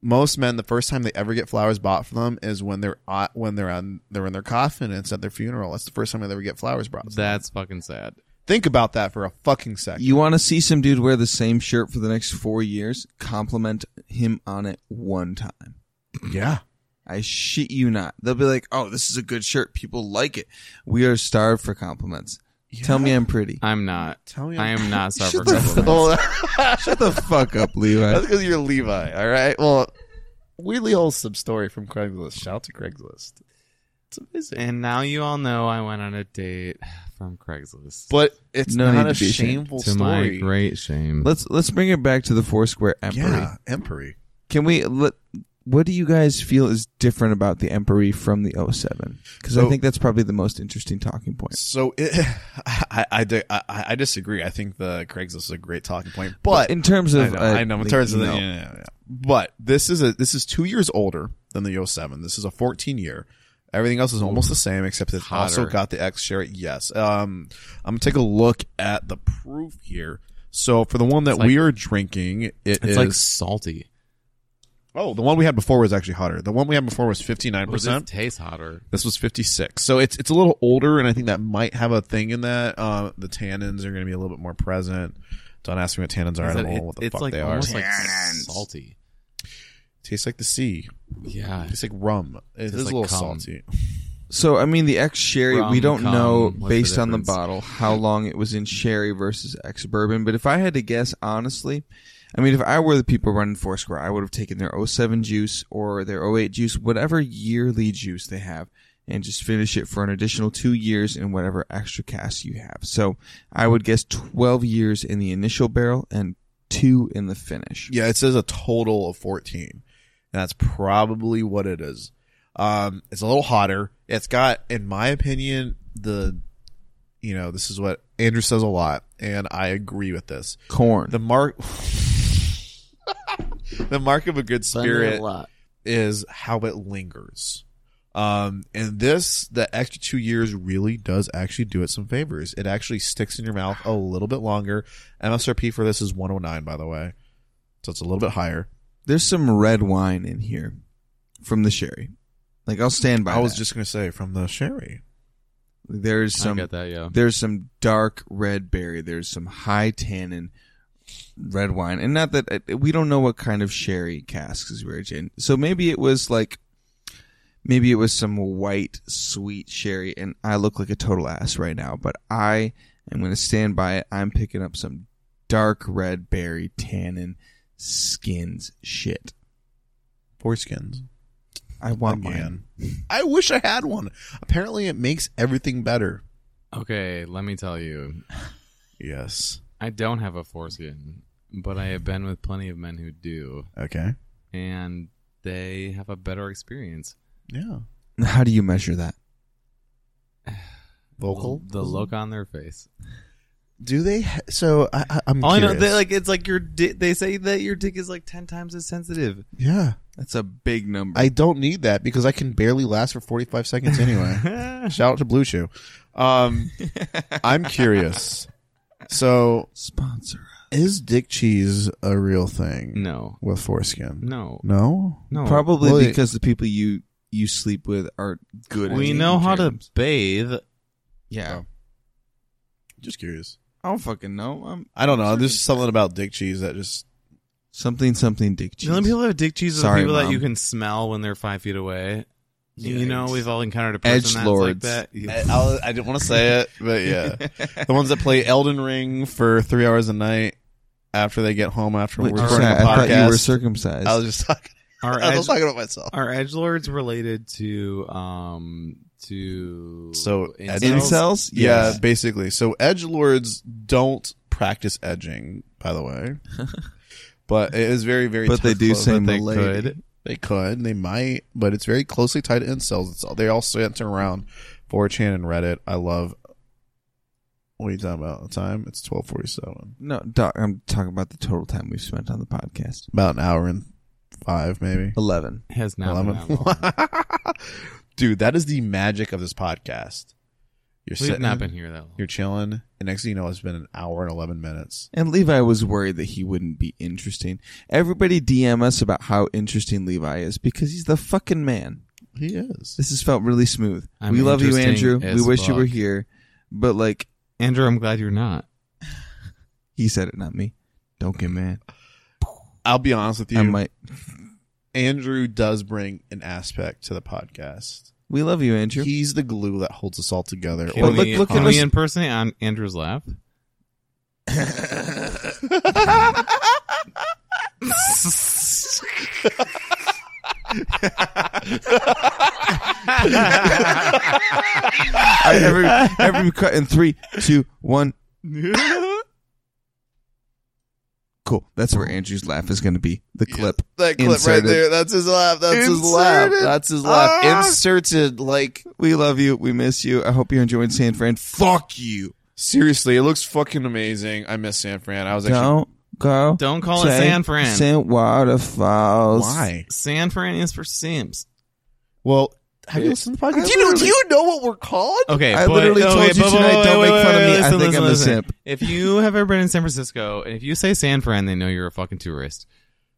Speaker 3: Most men, the first time they ever get flowers bought for them is when they're on, when they're on they're in their coffin and it's at their funeral. That's the first time they ever get flowers brought. to them.
Speaker 4: That's fucking sad.
Speaker 3: Think about that for a fucking second.
Speaker 2: You want to see some dude wear the same shirt for the next four years? Compliment him on it one time.
Speaker 3: yeah,
Speaker 2: I shit you not. They'll be like, "Oh, this is a good shirt. People like it." We are starved for compliments. Tell me I'm
Speaker 3: *laughs*
Speaker 2: pretty.
Speaker 4: I'm not.
Speaker 3: Tell me,
Speaker 4: I am
Speaker 3: *laughs*
Speaker 4: not sorry for
Speaker 2: Shut the
Speaker 4: compliments.
Speaker 2: Shut the fuck up, Levi.
Speaker 3: That's because you're Levi. All right. Well, weirdly wholesome story from Craigslist. Shout out to Craigslist. It's amazing.
Speaker 4: And now you all know I went on a date from Craigslist.
Speaker 3: But it's
Speaker 2: No
Speaker 3: not
Speaker 2: need
Speaker 3: a
Speaker 2: to be ashamed.
Speaker 3: shameful
Speaker 4: to my
Speaker 3: story.
Speaker 4: great shame.
Speaker 2: Let's let's bring it back to the Foursquare Empery.
Speaker 3: yeah, Empery.
Speaker 2: Can we? Let, what do you guys feel is different about the Empery from the 07? Because I
Speaker 3: So-
Speaker 2: think that's probably the most interesting talking point.
Speaker 3: So it, *laughs* I, I, di- I, I disagree. I think the Craigslist is a great talking point, but
Speaker 2: in terms
Speaker 3: I
Speaker 2: of,
Speaker 3: know,
Speaker 2: uh,
Speaker 3: I know in terms of the,
Speaker 2: you know,
Speaker 3: yeah, yeah, yeah. but this is a this is two years older than the 07. This is a 14 year. Everything else is almost the same, except it's also
Speaker 4: Hotter.
Speaker 3: got the X share. Yes. Um, I'm gonna take a look at the proof here. So for the one that
Speaker 4: It's like-
Speaker 3: we are drinking,
Speaker 4: it's like salty.
Speaker 3: oh, the one we had before was actually hotter. The one we had before was 59
Speaker 4: Well, this
Speaker 3: percent.
Speaker 4: tastes hotter.
Speaker 3: This was 56. So it's it's a little older, and I think that might have a thing in that. Uh, the tannins are going to be a little bit more present. Don't ask me what tannins are. I
Speaker 4: Is
Speaker 3: don't
Speaker 4: it-
Speaker 3: know what the
Speaker 4: it's
Speaker 3: fuck
Speaker 4: like
Speaker 3: they are.
Speaker 4: almost like salty.
Speaker 3: Tastes like the sea.
Speaker 4: Yeah.
Speaker 3: Tastes like rum. It is
Speaker 4: Tastes
Speaker 3: a
Speaker 4: like
Speaker 3: little
Speaker 4: cum.
Speaker 3: salty.
Speaker 2: So I mean, the ex sherry,
Speaker 4: Rum,
Speaker 2: we don't
Speaker 4: cum,
Speaker 2: know
Speaker 4: what's the
Speaker 2: based on the
Speaker 4: difference?
Speaker 2: bottle how long it was in sherry versus ex bourbon. But if I had to guess, honestly, I mean, if I were the people running Foursquare, I would have taken their 07 juice or their 08 juice, whatever yearly juice they have, and just finish it for an additional two years in whatever extra cask you have. So I would guess 12 years in the initial barrel and two in the finish.
Speaker 3: Yeah, it says a total of 14, and that's probably what it is. Um, it's a little hotter. It's got, in my opinion, the, you know, this is what Andrew says a lot, and I agree with this.
Speaker 2: Corn.
Speaker 3: The mark, *laughs* the mark of a good spirit is how it lingers. Um, and this, the extra two years really does actually do it some favors. It actually sticks in your mouth a little bit longer. MSRP for this is 109, by the way. So it's a little bit higher.
Speaker 2: There's some red wine in here from the sherry. Like I'll stand by.
Speaker 3: I was
Speaker 2: that.
Speaker 3: just going to say from the sherry.
Speaker 2: There's
Speaker 4: I
Speaker 2: some
Speaker 4: get that. Yeah.
Speaker 2: there's some dark red berry. There's some high tannin red wine, and not that uh, we don't know what kind of sherry casks we were in. So maybe it was like, maybe it was some white sweet sherry, and I look like a total ass right now. But I am going to stand by it. I'm picking up some dark red berry tannin skins shit.
Speaker 3: Foreskins.
Speaker 2: I want mine.
Speaker 3: Again. I wish I had one. Apparently, it makes everything better.
Speaker 4: Okay. Let me tell you,
Speaker 3: Yes.
Speaker 4: I don't have a foreskin, but I have been with plenty of men who do,
Speaker 3: Okay.
Speaker 4: and they have a better experience.
Speaker 3: Yeah.
Speaker 2: How do you measure that?
Speaker 3: Vocal.
Speaker 4: The look on their face.
Speaker 3: Do they? ha- So I, I, I'm.
Speaker 4: Oh, I know.
Speaker 3: curious.
Speaker 4: They like it's like your. Di- they say that your dick is like ten times as sensitive.
Speaker 3: Yeah.
Speaker 2: That's a big number.
Speaker 3: I don't need that because I can barely last for 45 seconds
Speaker 4: *laughs*
Speaker 3: anyway. Shout out to Blue Chew. *laughs* Um, I'm curious. So,
Speaker 2: Sponsor.
Speaker 3: is dick cheese a real thing
Speaker 4: no,
Speaker 3: with foreskin?
Speaker 4: no,
Speaker 3: No.
Speaker 2: Oh,
Speaker 4: no.
Speaker 2: Probably
Speaker 3: well, it-
Speaker 2: because the people you you sleep with are good. at Oh.
Speaker 4: we
Speaker 2: taking
Speaker 4: know how
Speaker 2: care
Speaker 4: to
Speaker 2: of them.
Speaker 4: bathe.
Speaker 2: Yeah,
Speaker 3: Just curious.
Speaker 2: I don't fucking know. I'm
Speaker 3: I don't know. There's something about dick cheese that just.
Speaker 2: something something dick
Speaker 4: The
Speaker 2: cheese.
Speaker 4: only people that have dick cheese are the
Speaker 2: Sorry,
Speaker 4: people that
Speaker 2: Mom.
Speaker 4: you can smell when they're five feet away. You
Speaker 3: Yikes.
Speaker 4: know, we've all encountered a person that's
Speaker 2: Edgelords.
Speaker 4: like that.
Speaker 3: I, I didn't want to say it, but *laughs* yeah.
Speaker 2: *laughs*
Speaker 3: the ones that play Elden Ring for three hours a night after they get home after
Speaker 2: Wait,
Speaker 3: recording
Speaker 2: sorry,
Speaker 3: a
Speaker 2: I thought you were
Speaker 3: podcast.
Speaker 2: circumcised.
Speaker 3: I was just talking.
Speaker 4: Are
Speaker 3: I
Speaker 4: edge,
Speaker 3: was talking about myself.
Speaker 4: are edgelords related to um to
Speaker 3: So,
Speaker 4: incels?
Speaker 2: Incels?
Speaker 3: Yeah,
Speaker 2: Yes.
Speaker 3: basically. So edge lords don't practice edging, by the way. but it is very, very.
Speaker 2: But they do
Speaker 3: tough.
Speaker 2: say
Speaker 4: But they
Speaker 2: milady.
Speaker 4: could.
Speaker 3: they could, they might, but it's very closely tied to incels. It's all, they all center around 4chan and Reddit. I love. What are you talking about? The time? It's twelve forty-seven.
Speaker 2: No, doc, I'm talking about the total time we've spent on the podcast.
Speaker 3: About an hour and five, maybe.
Speaker 2: Eleven.
Speaker 4: Has not been
Speaker 3: *laughs*
Speaker 4: that long.
Speaker 3: 11. *laughs* Dude, that is the magic of this podcast. You're
Speaker 4: We've
Speaker 3: sitting,
Speaker 4: not been here that long.
Speaker 3: you're chilling, and next thing you know, it's been an hour and 11 minutes.
Speaker 2: And Levi was worried that he wouldn't be interesting. Everybody DM us about how interesting Levi is because he's the fucking man.
Speaker 3: He is.
Speaker 2: This has felt really smooth.
Speaker 4: I'm
Speaker 2: we love you,
Speaker 4: interesting
Speaker 2: Andrew.
Speaker 4: as
Speaker 2: We wish you were
Speaker 4: fuck.
Speaker 2: here, but like
Speaker 4: Andrew, I'm glad you're not.
Speaker 2: he said it, not me. Don't get mad.
Speaker 3: I'll be honest with you.
Speaker 2: I might.
Speaker 3: Andrew does bring an aspect to the podcast.
Speaker 2: We love you, Andrew.
Speaker 3: He's the glue that holds us all together.
Speaker 4: Can
Speaker 2: Well,
Speaker 4: we,
Speaker 2: look- look
Speaker 4: can
Speaker 2: at
Speaker 4: we
Speaker 2: us-
Speaker 4: impersonate on Andrew's lap? *laughs*
Speaker 2: All right, every every cut in three, two, one. Cool. That's where Andrew's laugh is going to be. The clip.
Speaker 3: that clip right
Speaker 2: Inserted.
Speaker 3: there. That's his laugh. That's his laugh.
Speaker 2: Inserted.
Speaker 3: That's his laugh.
Speaker 2: Ah.
Speaker 3: Inserted like
Speaker 2: We love you. We miss you. I hope you're enjoying San Fran. Ah. Fuck you.
Speaker 3: seriously. It looks fucking amazing. I miss San Fran. I was actually
Speaker 2: Don't go.
Speaker 4: Don't call it
Speaker 2: to
Speaker 4: San Fran. San,
Speaker 2: San waterfalls.
Speaker 3: why.
Speaker 4: Fran is for Sims.
Speaker 3: Well, have you listened to the podcast?
Speaker 2: Do you- do you
Speaker 3: know what we're called?
Speaker 4: Okay,
Speaker 2: I
Speaker 4: but-
Speaker 2: literally told
Speaker 4: okay,
Speaker 2: you
Speaker 4: but-
Speaker 2: tonight,
Speaker 4: but-
Speaker 2: don't
Speaker 4: wait,
Speaker 2: make fun of
Speaker 4: wait,
Speaker 2: me.
Speaker 4: wait,
Speaker 2: I
Speaker 4: listen,
Speaker 2: think I'm a
Speaker 4: listen, listen.
Speaker 2: simp.
Speaker 4: If you have ever been in San Francisco and if you say San Fran, they know you're a fucking tourist.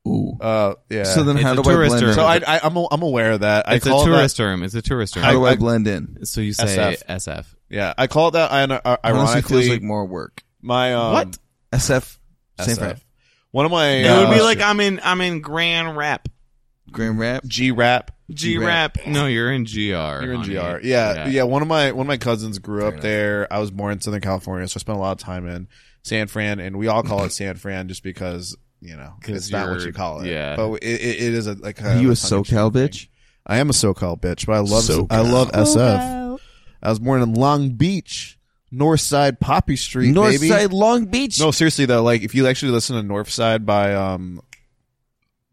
Speaker 2: Ooh.
Speaker 3: Uh, yeah.
Speaker 2: so then,
Speaker 4: It's
Speaker 2: how
Speaker 4: a
Speaker 2: do I
Speaker 4: tourist
Speaker 2: blend?
Speaker 4: term.
Speaker 2: In?
Speaker 3: so I, I I'm a, I'm aware of that. I
Speaker 4: It's a
Speaker 3: call it
Speaker 4: tourist term. It's a tourist term.
Speaker 2: how do I,
Speaker 3: I-
Speaker 2: blend in?
Speaker 4: so you say
Speaker 3: SF.
Speaker 4: SF.
Speaker 3: that. Yeah, I call it that. I, uh,
Speaker 2: Honestly, feels
Speaker 3: ironically,
Speaker 2: like more work.
Speaker 3: my um,
Speaker 4: What?
Speaker 2: SF. San
Speaker 3: SF.
Speaker 2: Fran.
Speaker 3: One of my
Speaker 4: it would be
Speaker 3: uh,
Speaker 4: like I'm in I'm in Grand Rap.
Speaker 2: Grand rap.
Speaker 3: G rap.
Speaker 4: G Rap. No, you're in GR.
Speaker 3: You're in
Speaker 4: honey.
Speaker 3: GR. Yeah, yeah, One of my one of my cousins grew up
Speaker 2: enough.
Speaker 3: there. I was born in Southern California, so I spent a lot of time in San Fran, and we all call it San Fran just because you know
Speaker 4: 'Cause
Speaker 3: it's not what
Speaker 4: you're-
Speaker 3: you call it.
Speaker 4: yeah.
Speaker 3: but it, it, it is a like.
Speaker 2: Are you a SoCal bitch?
Speaker 3: I am a SoCal bitch, but I love
Speaker 2: SoCal.
Speaker 3: I love SF. I was born in Long Beach, North Side Poppy Street, baby.
Speaker 2: Northside Long Beach.
Speaker 3: No, seriously though, like if you actually listen to North Side by um,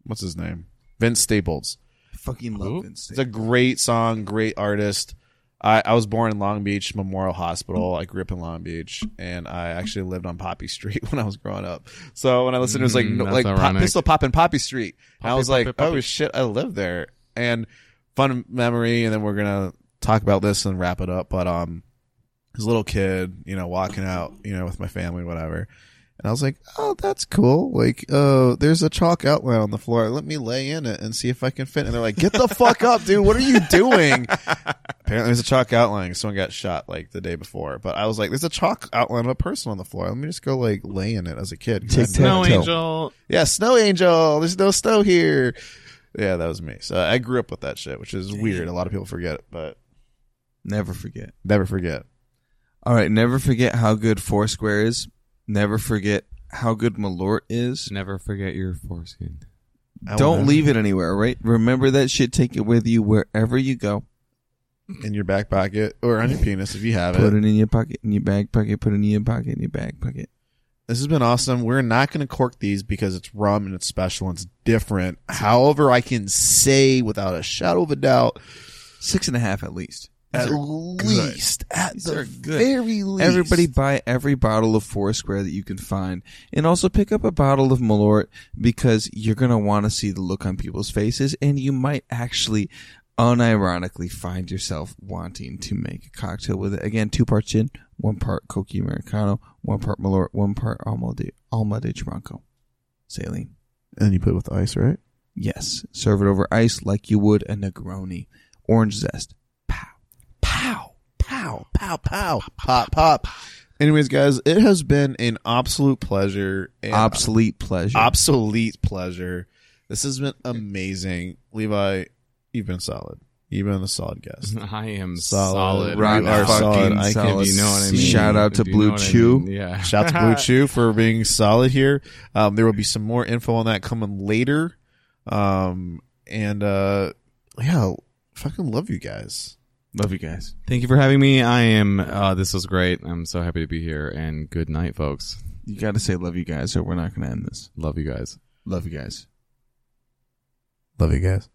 Speaker 3: what's his name, Vince Staples.
Speaker 2: I fucking
Speaker 4: Ooh.
Speaker 2: love Vince.
Speaker 3: It's a great song, great artist. I, I was born in Long Beach Memorial Hospital. I grew up in Long Beach, and I actually lived on Poppy Street *laughs* when I was growing up. So when I listened, it was like
Speaker 4: Mm,
Speaker 3: no,
Speaker 4: that's
Speaker 3: like pop,
Speaker 4: ironic.
Speaker 3: pistol popping Poppy Street. and I
Speaker 4: Poppy,
Speaker 3: was like,
Speaker 4: Poppy, Poppy.
Speaker 3: oh shit, I live there. And fun memory, and then we're gonna talk about this and wrap it up. But um, this little kid, you know, walking out, you know, with my family, whatever. And I was like, "Oh, that's cool! Like, uh, there's a chalk outline on the floor. Let me lay in it and see if I can fit." And they're like, "Get the fuck up, dude! What are you doing?" Apparently, there's a chalk outline. Someone got shot like the day before, but I was like, "There's a chalk outline of a person on the floor. Let me just go like lay in it as a kid."
Speaker 2: Tic Tac
Speaker 4: Snow
Speaker 2: Toe.
Speaker 4: Angel.
Speaker 3: Yeah, snow angel. There's no snow here. Yeah, that was me. So I grew up with that shit, which is weird. A lot of people forget it, but
Speaker 2: Never forget.
Speaker 3: never forget.
Speaker 2: All right, never forget how good Foursquare is. Never forget how good Malort is.
Speaker 4: Never forget your foreskin. *laughs*
Speaker 3: I will
Speaker 2: Don't
Speaker 3: never-
Speaker 2: leave it anywhere, right? Remember that shit. Take it with you wherever you go.
Speaker 3: in your back pocket or on your penis if you have
Speaker 2: Put
Speaker 3: it.
Speaker 2: it in your pocket, in your back pocket. Put it in your pocket, in your back pocket.
Speaker 3: This has been awesome. We're not going to cork these because it's rum and it's special and it's different. However, I can say without a shadow of a doubt,
Speaker 2: Six and a half at least.
Speaker 3: at least, at
Speaker 2: These
Speaker 3: the
Speaker 2: are good.
Speaker 3: very least,
Speaker 2: Everybody buy every bottle of Foursquare that you can find, and also pick up a bottle of Malort because you're gonna want to see the look on people's faces, and you might actually, unironically, find yourself wanting to make a cocktail with it. Again, two part gin, one part Coca Americano, one part Malort, one part Alma de Alma de Tronco, saline.
Speaker 3: And you put it with ice, right?
Speaker 2: Yes, serve it over ice like you would a Negroni, orange zest. Pow, pow.
Speaker 3: Pow, pow, pow, pop, pop. Anyways, guys, it has been an absolute pleasure. And
Speaker 2: uh, Obsolete pleasure.
Speaker 3: obsolete pleasure. This has been amazing. Levi, you've been solid. You've been a solid guest.
Speaker 4: I am
Speaker 2: Mhm.
Speaker 3: Solid.
Speaker 4: solid.
Speaker 3: Rock
Speaker 4: right
Speaker 3: You are
Speaker 4: now.
Speaker 3: solid. I can-
Speaker 4: If you know what I mean.
Speaker 2: Shout out to
Speaker 4: If you know
Speaker 2: Blue
Speaker 4: what I
Speaker 2: Chew.
Speaker 4: mean. Yeah.
Speaker 3: Shout out to
Speaker 4: *laughs*
Speaker 3: Blue
Speaker 2: *laughs*
Speaker 3: Chew for being solid here. Um, there will be some more info on that coming later. Um, and uh, yeah, fucking love you guys.
Speaker 2: Love you guys.
Speaker 4: Thank you for having me. I am. Uh, this was great. I'm so happy to be here. And good night, folks.
Speaker 2: You got to say love you guys, or we're not going to end this.
Speaker 4: Love you guys.
Speaker 2: Love you guys.
Speaker 3: Love you guys.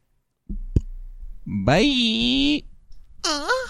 Speaker 2: Bye.
Speaker 6: Uh.